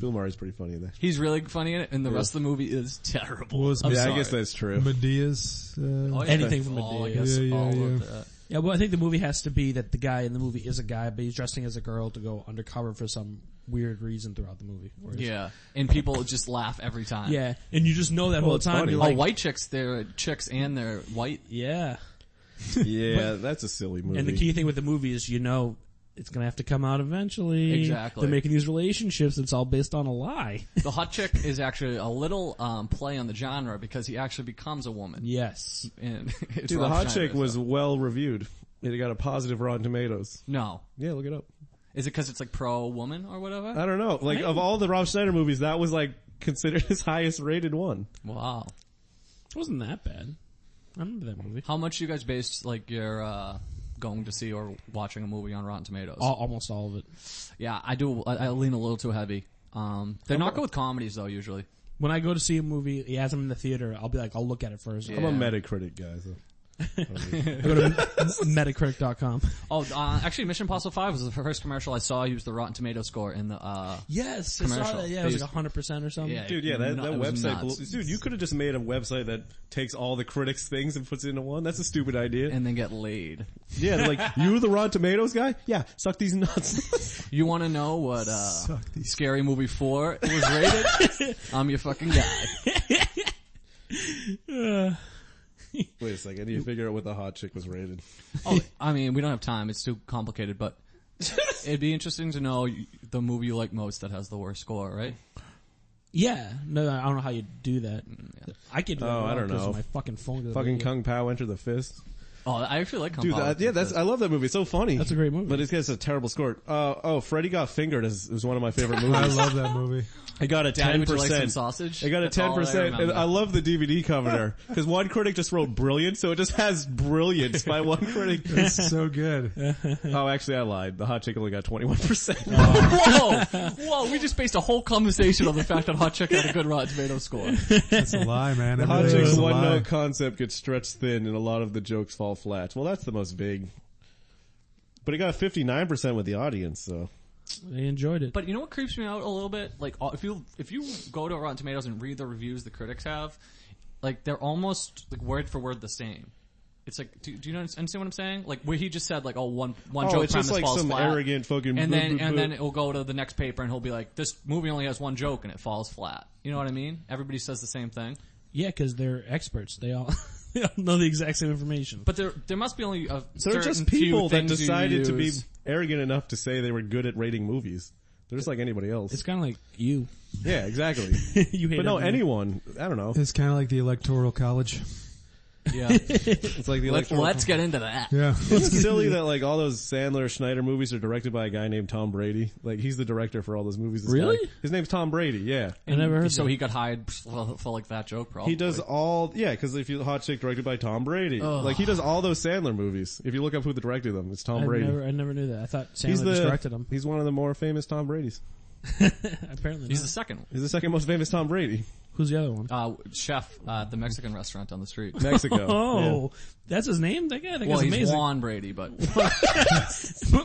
Bill Murray's pretty funny in that. he's really funny in it, and the rest of the movie is terrible. Well, it's I'm yeah, sorry. I guess that's true. Medea's. Uh, Oh, yeah. Anything from a All, I deer. guess, Yeah, yeah, all of yeah. that. Yeah, well, I think the movie has to be that the guy in the movie is a guy, but he's dressing as a girl to go undercover for some weird reason throughout the movie. Or is- Yeah, and people just laugh every time. yeah, and you just know that whole it's time. funny. You're Oh, like, white chicks, they're chicks and they're white. yeah. yeah, that's a silly movie. And the key thing with the movie is you know it's gonna have to come out eventually. Exactly. They're making these relationships. It's all based on a lie. The hot chick is actually a little um, play on the genre because he actually becomes a woman. yes. And it's Dude, the Rob hot Schneider, chick was so- well reviewed. It got a positive Rotten Tomatoes. no. Yeah, look it up. Is it because it's like pro woman or whatever? I don't know. Like of all the Rob Schneider movies, that was like considered his highest rated one. Wow. It wasn't that bad. I remember that movie. How much you guys based like your uh, going to see or watching a movie on Rotten Tomatoes? All, almost all of it. Yeah, I do. I, I lean a little too heavy. Um, they're not good with comedies though. Usually, When I go to see a movie, yeah, as I'm in the theater, I'll be like, I'll look at it first. Yeah. I'm a Metacritic guy. So. I go to Metacritic.com. oh, uh, actually, Mission Impossible Five was the first commercial I saw use the Rotten Tomato score in the. Uh, Yes, I saw Commercial. that. Yeah, They it was used- like 100% or something. Yeah. Dude, yeah, that, No, that it was website. nuts. blo- Dude, you could have just made a website that takes all the critics' things and puts it into one. That's a stupid idea. and then get laid. yeah, they're like you the Rotten Tomatoes guy? Yeah, suck these nuts. You want to know what uh, Scary Movie Four was rated? I'm your fucking guy. Wait a second, I need to figure out what the hot chick was rated. Oh, I mean, we don't have time. It's too complicated, but it'd be interesting to know the movie you like most that has the worst score, right? Yeah. No, I don't know how you do that. I could do Oh, that I don't because know. my fucking phone. to the Fucking radio. Kung Pao enter the fist. Oh, I actually like. Kung Dude, Pao that, with yeah, the- that's I love that movie. It's so funny. That's a great movie. But it's got a terrible score. Uh, oh, Freddy Got Fingered is, is one of my favorite I movies. love that movie. I got a Daddy, ten would you like some percent. sausage? I got a That's all ten I percent, and remember. I love the DVD cover there because one critic just wrote brilliant, so it just has brilliance by one critic. It's so good. oh, actually, I lied. The hot chick only got twenty one percent. Whoa! Whoa, we just based a whole conversation on the fact that Hot Chick had a good Rotten Tomato score. It's a lie, man. The hot Everything chick's is a one lie. note concept gets stretched thin, and a lot of the jokes fall flat. Well, that's the most big. But it got fifty nine percent with the audience, so They enjoyed it. But you know what creeps me out a little bit? Like, uh, if you, if you go to Rotten Tomatoes and read the reviews the critics have, like, they're almost, like, word for word the same. It's like, do, do you understand what I'm saying? Like, where he just said, like, oh, one, one Oh, joke it's premise just like falls some flat. arrogant fucking And boo, then, boo, and boo. then it will go to the next paper and he'll be like, this movie only has one joke and it falls flat. You know what I mean? Everybody says the same thing. yeah, because they're experts. They all, they all know the exact same information. But there, there must be only a they're just certain few people that things you decided to be use. arrogant enough to say they were good at rating movies. They're just like anybody else. it's kind of like you. yeah, exactly. you hate But no, everything. anyone. I don't know. It's kind of like the electoral college. Yeah. It's like the Let, electrical. let's get into that. Yeah. It's silly that like all those Sandler Schneider movies are directed by a guy named Tom Brady. Like he's the director for all those movies. this Really? guy- His name's Tom Brady. Yeah. Oh, I never heard So that. he got hired for, for like that joke probably. He does all, yeah, because if you hot chick directed by Tom Brady, like he does all those Sandler movies. If you look up who the directed them, it's Tom I Brady. never, I never knew that. I thought Sandler he's the directed him. he's one of the more famous Tom Brady's. Apparently, He's not. the second one. He's the second most famous Tom Brady. who's the other one? Uh, chef, uh, the Mexican restaurant down the street. Mexico. Oh, that's his name. That guy. That guy's well, he's amazing. Juan Brady, but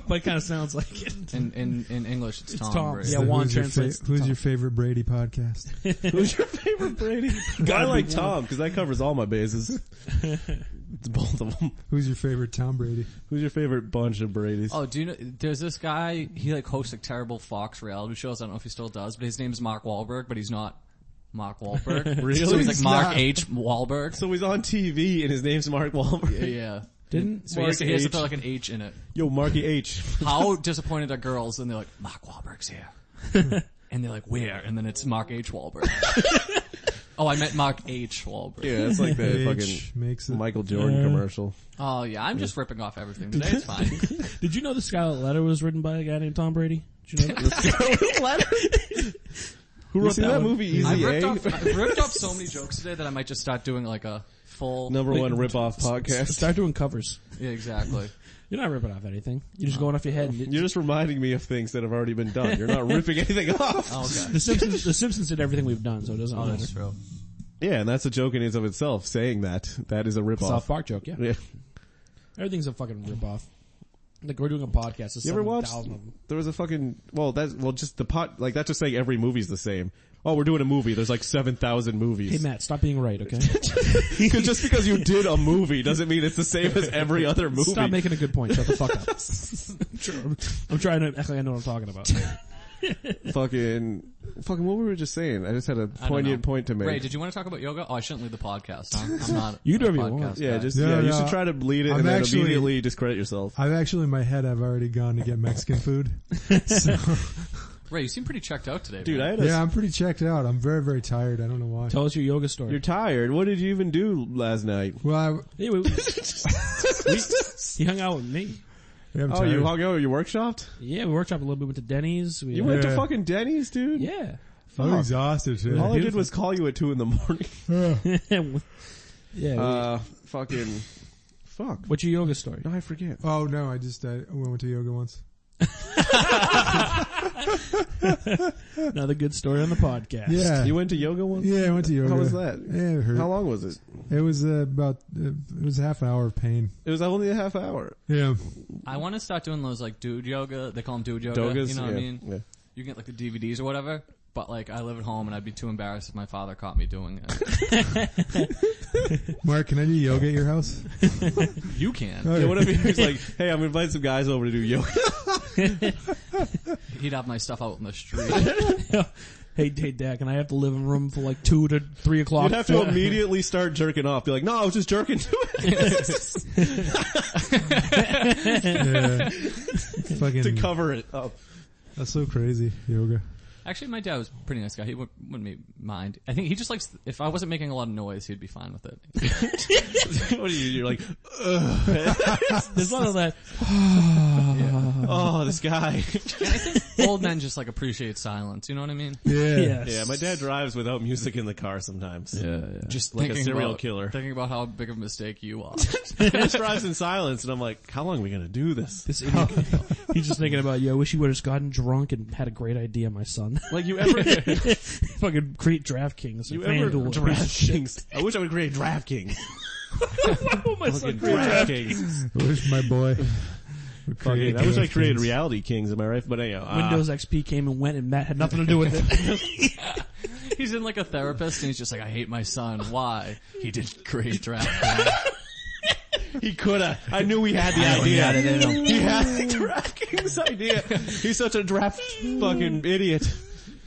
but kind of sounds like it. in, in, in English it's Tom, Tom. Brady. Yeah, So Juan who's your translates to who's Tom. your favorite Brady podcast? Yeah. Who's your favorite Brady? I like Tom because that covers all my bases. it's both of them. Who's your favorite Tom Brady? Who's your favorite bunch of Brady's? Oh, do you know, there's this guy, he like hosts like terrible Fox reality shows, I don't know if he still does, but his name is Mark Wahlberg, but he's not Mark Wahlberg. Really? So he's like He's Mark not. H. Wahlberg. So he's on TV and his name's Mark Wahlberg. yeah, yeah. Didn't So he has, to, he has to H. put like an H in it. Yo, Marky H. How disappointed are girls? And they're like, Mark Wahlberg's here. and they're like, where? And then it's Mark H. Wahlberg. oh, I meant Mark H. Wahlberg. Yeah, it's like the H makes it. fucking Michael Jordan Yeah. commercial. Oh yeah, I'm just ripping off everything today. It's fine. did you know the Scarlet Letter was written by a guy named Tom Brady? Did you know that? Who wrote see that, that one? movie? I Easy ripped A. off, I ripped off so many jokes today that I might just start doing like a full. Number one rip off podcast. Start doing covers. Yeah, exactly. You're not ripping off anything. You're just going off your head. And it, You're just reminding me of things that have already been done. You're not ripping anything off. Oh, okay. the Simpsons. The Simpsons did everything we've done, so it doesn't Oh, matter. that's true. Yeah, and that's a joke in and of itself. Saying that that is a rip South off. Park joke. Yeah. Yeah. everything's a fucking ripoff. Like we're doing a podcast. There's You ever watched? 7,000 of them. There was a fucking well, that's well, just the pot. Like that's just saying every movie's the same. Oh, we're doing a movie. There's like seven thousand Hey movies. Matt, stop being right, okay? 'Cause just because you did a movie doesn't mean it's the same as every other movie. Stop making a good point. Shut the fuck up. I'm trying- I'm trying to act like I know what I'm talking about. fucking fucking what were we just saying? I just had a I don't poignant know. point to make. Ray, did you want to talk about yoga? Oh, I shouldn't leave the podcast. Huh? I'm not. You do a whatever you podcast want. yeah, guy. just Yeah, yeah, you yeah. should try to bleed it I'm and then actually- immediately discredit yourself. I've actually in my head I've already gone to get Mexican food. So, Ray, you seem pretty checked out today, Dude, man. I had a, yeah, I'm pretty checked out. I'm very very tired. I don't know why. Tell us your yoga you're story. tired. What did you even do last night? Well, Anyway, we- he hung out with me. I, I'm Oh, tired. you hung out. You workshopped. Yeah, we workshop a little bit. Went to Denny's. We, uh, You went to Yeah. fucking Denny's, dude. yeah. I'm exhausted today. All I did was call you at two in the morning. yeah. we- Uh, fucking, fuck. what's your yoga story? No, I forget. Oh no, I just I went to yoga once. Another good story on the podcast. Yeah, You went to yoga once. yeah, I went to yoga. was that? Yeah, it hurt. How long was it? It was uh, about uh, it was half an hour of pain. It was only a half hour. Yeah, I want to start doing those like dude yoga. They call them dude yoga. Dogas, you know what I yeah, mean? yeah. You can get like the DVDs or whatever. But like, I live at home and I'd be too embarrassed if my father caught me doing it. Mark, can I do yoga at your house? you can. Okay. Yeah, what if he was like, "Hey, I'm inviting some guys over to do yoga." He'd have my stuff out in the street. Hey, hey, Dad, can I have to live in room for like two to three o'clock? You'd have to immediately start jerking off. Be like, "No, I was just jerking to it yeah. to Fucking, cover it up." that's so crazy. Yoga. Actually, my dad was a pretty nice guy. He wouldn't, wouldn't be- mind. I think he just likes. If I wasn't making a lot of noise, he'd be fine with it. what do you? You're like, There's a lot of that. "Oh, this guy." Old men just like appreciate silence. You know what I mean? Yeah. Yes. yeah, my dad drives without music in the car sometimes. Yeah. Just Like a thinking serial about- killer. Thinking about how big of a mistake you are. he just drives in silence, and I'm like, "How long are we gonna do this?" This idiot. He's just thinking about, yeah, I wish he would have just gotten drunk and had a great idea, my son. Like you ever Fucking create DraftKings. you and ever FanDuel. DraftKings? I wish I would create DraftKings. Oh, my son Fucking created DraftKings. I wish my boy. would Fucking, create I wish I those created things. Reality Kings. Am I right? But anyhow, uh, Windows XP came and went and Matt had nothing to do with it. he's in like a therapist and he's just like, I hate my son. Why? He did great draft. He coulda. I knew he had the idea. He had the DraftKings idea. He's such a draft fucking idiot.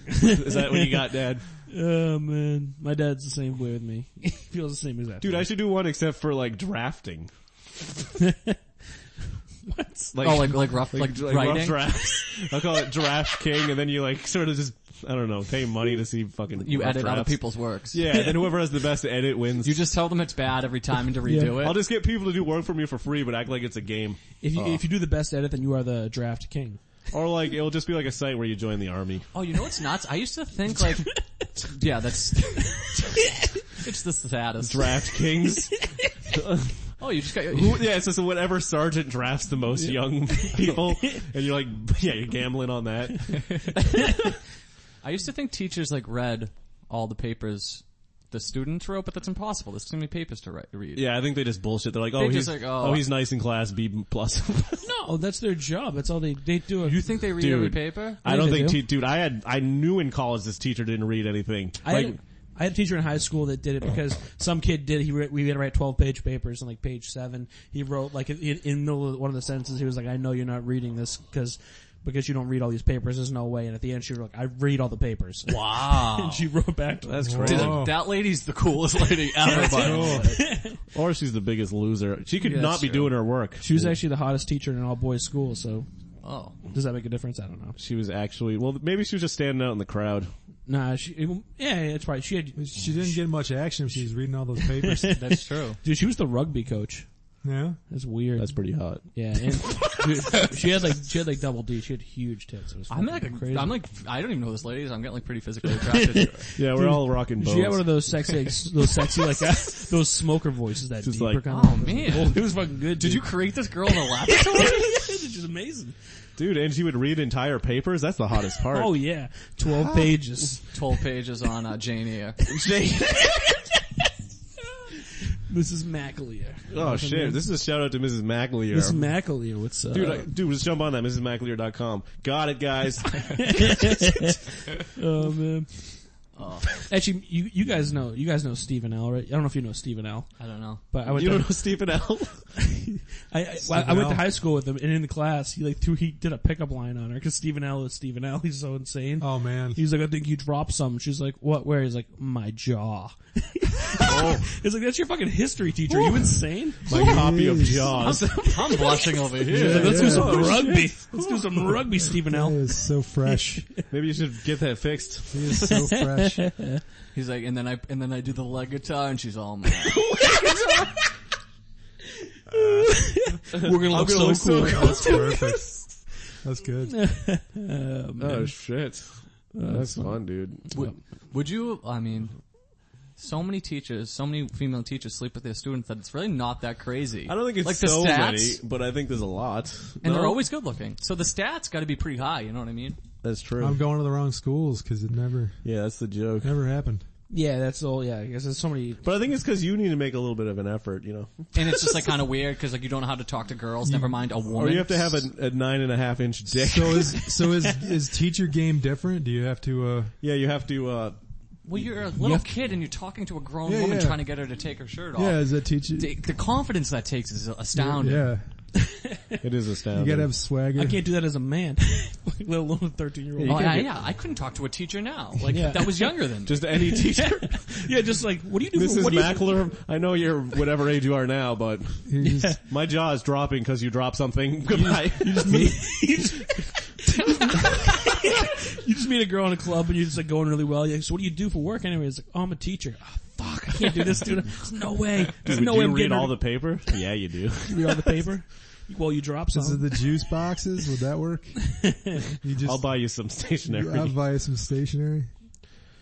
Is that what you got, Dad? oh man. My dad's the same way with me. He feels the same exact Dude, way. I should do one except for like drafting. What? Like, oh, like like rough like, like rough writing. drafts. I'll call it Draft King and then you like sort of just I don't know, pay money to see fucking. You rough edit other drafts. people's works. Yeah, and then whoever has the best edit wins. You just tell them it's bad every time and to redo I'll it. just get people to do work for me for free, but act like it's a game. If you if you do the best edit, then you are the draft king. Or like it'll just be like a site where you join the army. Oh, you know what's nuts? I used to think like, yeah, that's, it's the saddest. Draft kings. Oh, you just got, Who- yeah, it's just whatever sergeant drafts the most young people, and you're like, yeah, you're gambling on that. I used to think teachers like read all the papers the students wrote, but that's impossible. There's too many papers to write, read. Yeah, I think they just bullshit. They're like, oh, They he's just like, oh. oh, he's nice in class, B plus. No, Oh, that's their job. That's all they they do. It. You think they read Dude. every paper? I don't they think, do. te- dude. I had, I knew in college this teacher didn't read anything. I, Like, had, I had a teacher in high school that did it because some kid did. He re- we had to write twelve page papers, and like page seven, he wrote like in, in the, one of the sentences, he was like, "I know you're not reading this because because you don't read all these papers. There's no way." And at the end, she was like, "I read all the papers." Wow. And she wrote back to that's him. crazy. Whoa. That lady's the coolest lady ever. by the way. Or she's the biggest loser. She could Yeah, not that's be true. doing her work. She was actually the hottest teacher in an all boys school. So Oh, does that make a difference? I don't know. She was actually well. Maybe she was just standing out in the crowd. Nah, she yeah, yeah, that's right. She had She didn't get much action if she was reading all those papers. that's true. dude. She was the rugby coach. yeah. That's weird. That's pretty hot. yeah, and dude, she had like she had like double D. She had huge tits. It was I'm like, fucking crazy. I'm like, I don't even know this lady is. I'm getting like pretty physically attracted to her. Yeah, we're all rocking bones. She had one of those sexy, those sexy like uh, those smoker voices that Just deeper like, kind Oh of. man. It was fucking good. Did you create this girl in a laboratory? She's amazing. Dude, and she would read entire papers. That's the hottest part. Oh yeah, twelve pages. 12 pages on uh, Jane Eyre. Mrs. McAleer. Oh shit! This is a shout out to Mrs. McAleer. Mrs. McAleer. What's up? dude, I, dude, let's jump on that. MrsMcAleer.com. Got it, guys. oh man. Oh. Actually, you you guys know you guys know Stephen L. Right? I don't know if you know Stephen L. I don't know. But I went you to, don't know Stephen L. I, I, well, I went L. to high school with him, and in the class, he like threw he did a pickup line on her because Stephen L. is Stephen L. He's so insane. Oh man. He's like, I think you dropped some. She's like, what? Where? He's like, my jaw. He's like, that's your fucking history teacher. Are you insane? My copy of Jaws. I'm blushing over here. He's like, let's do yeah. some rugby. Let's do some rugby, Stephen He L. is so fresh. Maybe you should get that fixed. He is so fresh. He's like, and then I, and then I do the leg guitar and she's all mad. We're gonna look gonna so look so cool. That's perfect. That's good. Oh shit. That's fun, dude. Would, would you? I mean, so many teachers, so many female teachers sleep with their students that it's really not that crazy. I don't think it's like so the stats, many, but I think there's a lot. and they're No? always good looking. So the stats got to be pretty high. You know what I mean? That's true. I'm going to the wrong schools because it never, yeah, that's the joke. never happened. Yeah, that's all. Yeah, I guess there's so many. But I think it's because you need to make a little bit of an effort, you know. And it's just like kind of weird because like you don't know how to talk to girls. Never mind a woman. Or you have to have a, a nine and a half inch dick. So is, so is, is teacher game different? Do you have to, uh, yeah, you have to. uh Well, you're a little kid and you're talking to a grown Yeah, woman yeah. trying to get her to take her shirt off. yeah, is that teacher? The, the confidence that takes is astounding. Oh. Yeah. It is astounding. You gotta have swagger. I can't do that as a man, let alone a 13 year Oh, old. yeah, yeah, I couldn't talk to a teacher now. Like Yeah. that was younger than me. just any teacher. Yeah, just like what do you do? Mrs. for, what do you, Mackler, I know you're whatever age you are now, but You just- my jaw is dropping because you dropped something. Goodbye. you, just, you just meet a girl in a club and you're just like going really well. You're like, so what do you do for work anyway? It's like, oh, I'm a teacher. Oh, fuck, I can't do this, dude. There's no way. There's Would no way you I'm read getting all her the paper? Yeah, you do. to read all the paper. Well, you drop Is it some. the juice boxes? Would that work? You just, I'll buy you some I'll stationery. buy you some stationery.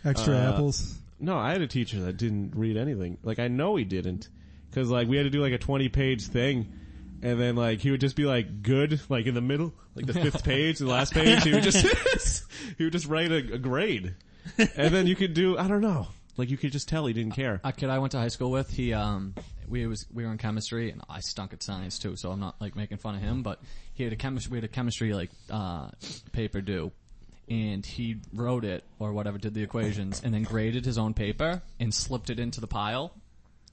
Extra apples. No, I had a teacher that didn't read anything. Like I know he didn't, because like we had to do like a twenty page thing, and then like he would just be like good, like in the middle, like the fifth page, the last page. He would just he would just write a, a grade, and then you could do I don't know, like you could just tell he didn't care. a kid I went to high school with, he um we was we were in chemistry and I stunk at science too, so I'm not like making fun of him, but he had a chemistry we had a chemistry like uh paper due and he wrote it or whatever, did the equations and then graded his own paper and slipped it into the pile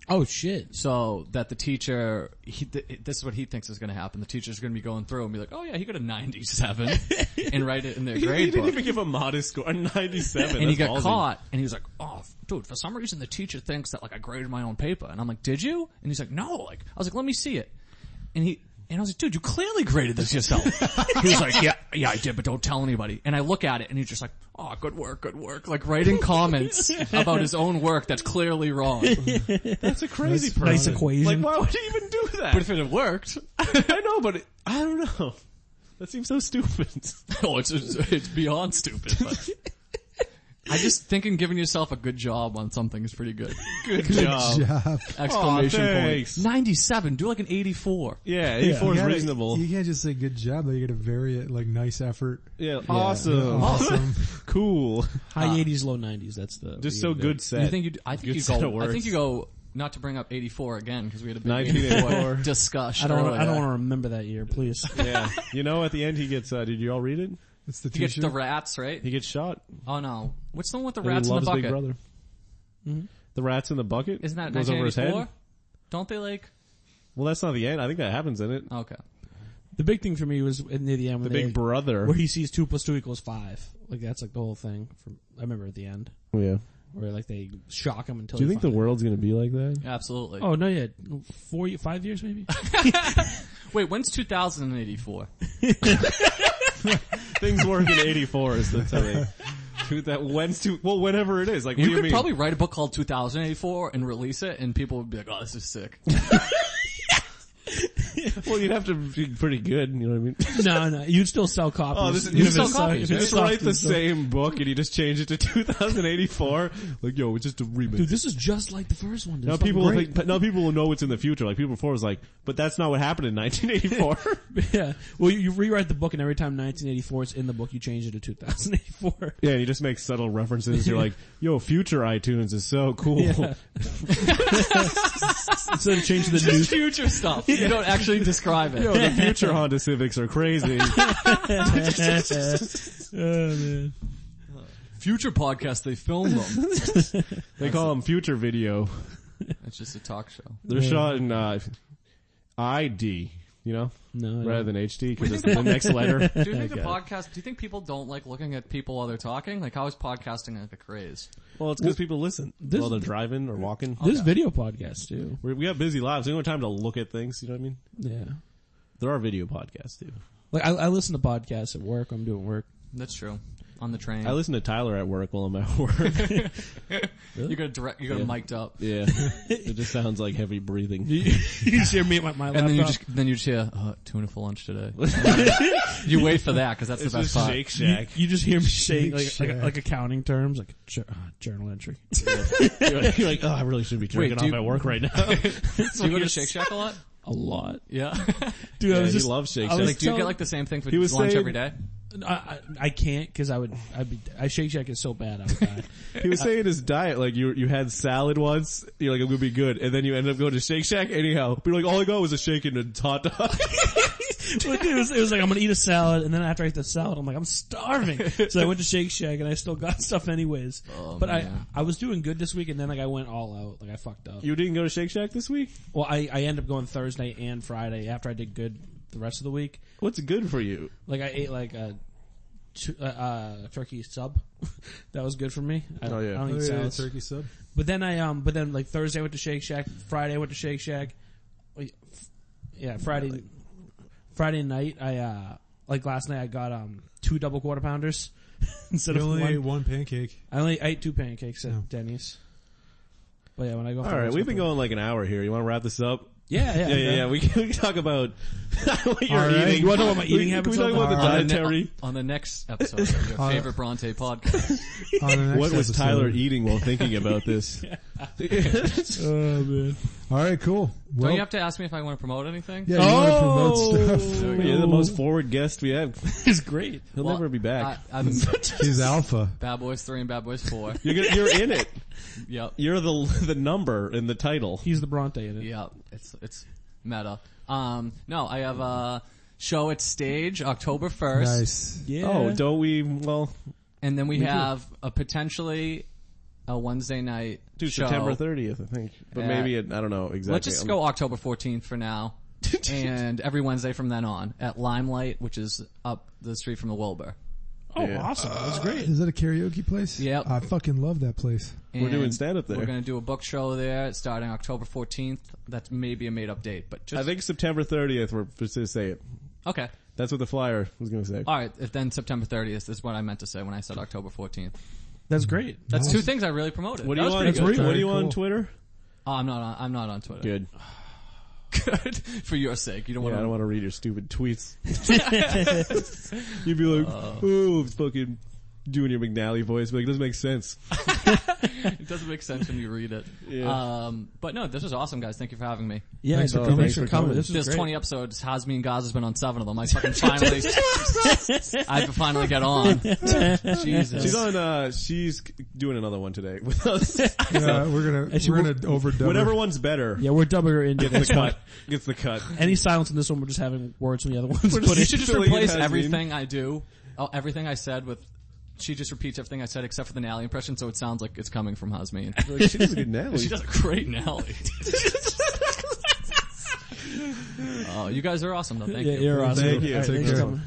Oh shit. so that the teacher, he, th- this is what he thinks is going to happen. The teacher's going to be going through and be like, "Oh yeah, he got a 97," and write it in their He, grade didn't book. even give a modest score, a ninety-seven. and he That's got ballsy. caught and he was like, oh, f- dude, for some reason the teacher thinks that like I graded my own paper. And I'm like, did you? And he's like, no, like, I was like, let me see it. And he, And I was like, dude, you clearly graded this yourself. he was like, yeah, yeah, I did, but don't tell anybody. And I look at it and he's just like, oh, good work, good work. Like writing comments about his own work that's clearly wrong. That's a crazy person. nice Like, equation. why would you even do that? But if it had worked, I know, but it, I don't know. That seems so stupid. oh, it's, it's, it's beyond stupid. But I just thinking giving yourself a good job on something is pretty good. Good job. job. Exclamation Aw, point. thanks. 97, do like an 84. Yeah, 84 You is gotta- reasonable. You can't just say good job, though. You gotta vary it like nice effort. Yeah, awesome. Awesome. cool. High 80s, low 90s. That's the Just the- so the- good set. You think you? I think Good you set of go. I words. think you go. Not to bring up '84 again because we had a big 1984. 84 discussion. I don't. earlier. I don't want to remember that year, please. yeah. You know, at the end he gets, uh, did you all read it? It's the He gets t-shirt. the rats, right? He gets shot. oh no, what's the one with the And rats he in the loves Big bucket? Mm-hmm. Brother. The rats in the bucket? Isn't that goes over his head? 1984? Don't they like? Well, that's not the end. I think that happens in it. Okay, the big thing for me was in- near the end The when they, Big Brother. where he sees two plus two equals five. Like that's like the whole thing. From I remember at the end Oh, Yeah. where like they shock him until. Do you he think the finally- world's gonna be like that? absolutely. Oh no! Yeah, four, ye- five years maybe. Wait, when's 2084? Things work in 84 is the time. Dude, that when's too, well, whenever it is. Like, what do You you could mean? probably write a book called 2084 and release it, and people would be like, "Oh, this is sick." well, you'd have to be pretty good, you know what I mean? no, no, you'd still sell copies. Oh, this is, Even you if just, it's soft- copies, if you it's just soft, write the you'd still- same book and you just change it to 2084. Like, yo, it's just a remake. Dude, this is just like the first one. now There's people will something think, but now people will know it's in the future. Like people before was like, but that's not what happened in 1984. great. Yeah. Well, you, you rewrite the book, and every time 1984 is in the book, you change it to 2084. yeah, and you just make subtle references. You're like, yo, future iTunes is so cool. Yeah. Instead of changing the new Just future stuff. You don't actually describe it. Yo, the future Honda Civics are crazy. Oh, Future podcast, they film them. they call them future video. it's just a talk show. They're shot in uh, ID, you know, No, I rather don't. than HD because it's the next letter. Do you think the podcast? Do you think people don't like looking at people while they're talking? Like, how is podcasting like a craze? Well, it's because people listen this- while they're driving or walking. There's video podcasts too. We we have busy lives. We don't have time to look at things. You know what I mean? Yeah. There are video podcasts too. Like I, I listen to podcasts at work. when I'm doing work. That's true. On the train, I listen to Tyler at work while I'm at work. you got direct, you got Yeah. mic'd up, yeah, it just sounds like heavy breathing. you just hear me at my, my and laptop. then you just then you just hear uh, tuna for lunch today. you wait for that because that's the best part. Shack. you just hear me saying like, Shack. like, like accounting terms, like jur- uh, journal entry. You're like, you're like, oh, I really should be jerking do off you- at work right now. Do you go to Shake Shack a lot? A lot, Yeah. dude. I Yeah, was he just loves Shake I was Shack. like, do you telling- get like the same thing for He was lunch saying- every day? I, I, I can't because I would I'd be I Shake Shack is so bad. I would die. He was saying his diet, like you you had salad once, you're like, I'm gonna be good, and then you ended up going to Shake Shack anyhow. But you're like, all I got was a shake and a hot dog. Well, dude, it, was, it was like I'm gonna eat a salad, and then after I eat the salad, I'm like I'm starving. So I went to Shake Shack, and I still got stuff anyways. Oh, but man. I I was doing good this week, and then like I went all out, like I fucked up. you didn't go to Shake Shack this week? Well, I I ended up going Thursday and Friday after I did good the rest of the week. What's good for you? Like I ate like a. tu- Uh, uh, turkey sub, that was good for me. I, Oh, yeah. I don't Oh, eat yeah, yeah, salads. turkey sub. But then I um, but then like Thursday I went to Shake Shack, Friday I went to Shake Shack, Wait, f- yeah Friday, Friday night I uh, like last night I got um two double quarter pounders instead You of only ate one. one pancake. I only ate two pancakes at Yeah. Denny's. But yeah, when I go, for All right, lunch, we've I been go- going like an hour here. You want to wrap this up? Yeah, yeah, Yeah, yeah, man. yeah. We can, we can talk about what you're All right. eating. You wanna know what my We- eating habits Can we are? talk about the All On the ne- dietary? Uh, on the next episode of your favorite Bronte podcast. On the next What was episode. Tyler E- eating while thinking about this? Oh man, All right, cool. Well, Don't you have to ask me if I want to promote anything? yeah, you wanna promote stuff. Dude, You're the most forward guest we have. it's great. He'll Well, never be back. I, I'm He's alpha. Bad Boys 3 and Bad Boys 4. you're, gonna- you're in it. Yep. You're the the number in the title. He's the Bronte in it. Yeah, it's it's meta. Um, no, I have a show at stage October first, Nice. Yeah. Oh, don't we? Well, and then we, have a potentially a Wednesday night dude, show. September 30th, I think. But Yeah. maybe it, I don't know exactly. Let's just I'm- go October fourteenth for now, and every Wednesday from then on at Limelight, which is up the street from the Wilbur. Oh, Yeah. Uh, awesome! That was great. Is that a karaoke place? Yep. I fucking love that place. We're And doing stand-up there. We're going to do a book show there starting October 14th. That's maybe a made-up date, but just I think September 30th, we're supposed to say it. okay. That's what the flyer was going to say. All right, if then September 30th is what I meant to say when I said October 14th. That's great. That's two things I really promoted. What that do you was on? pretty That's good. pretty- What do you Very on cool. Twitter? Oh, I'm not on. I'm not on Twitter. Good. Good. for your sake. You don't Yeah, I want don't to. want to read your stupid tweets. You'd be like, "Oh, fucking doing your McNally voice." Be Like, it doesn't make sense. It doesn't make sense when you read it. Yeah. Um, but no, this was awesome, guys. Thank you for having me. Yeah, Thanks for dude, coming. thanks for coming. This was There's great. 20 episodes. Hazmi and Gaza's been on seven of them. I fucking finally, I can finally get on. Jesus. She's on. uh She's doing another one today with us. Yeah, Uh, we're gonna Actually, we're gonna overdub. it. Whatever one's better Yeah, we're doubling her into gets this the one. cut. Gets the cut. Any silence in this one, we're just having words from the other ones. Put you in. should just Filling in replace Hazmin. everything I do, oh, everything I said with. She just repeats everything I said except for the Nally impression, so it sounds like it's coming from Hazmi. Like, she does a good Nally. She does a great Nally. oh, you guys are awesome. though. Thank Yeah, you. you're awesome. Oh, Thank you. All right, Take thanks for care. coming.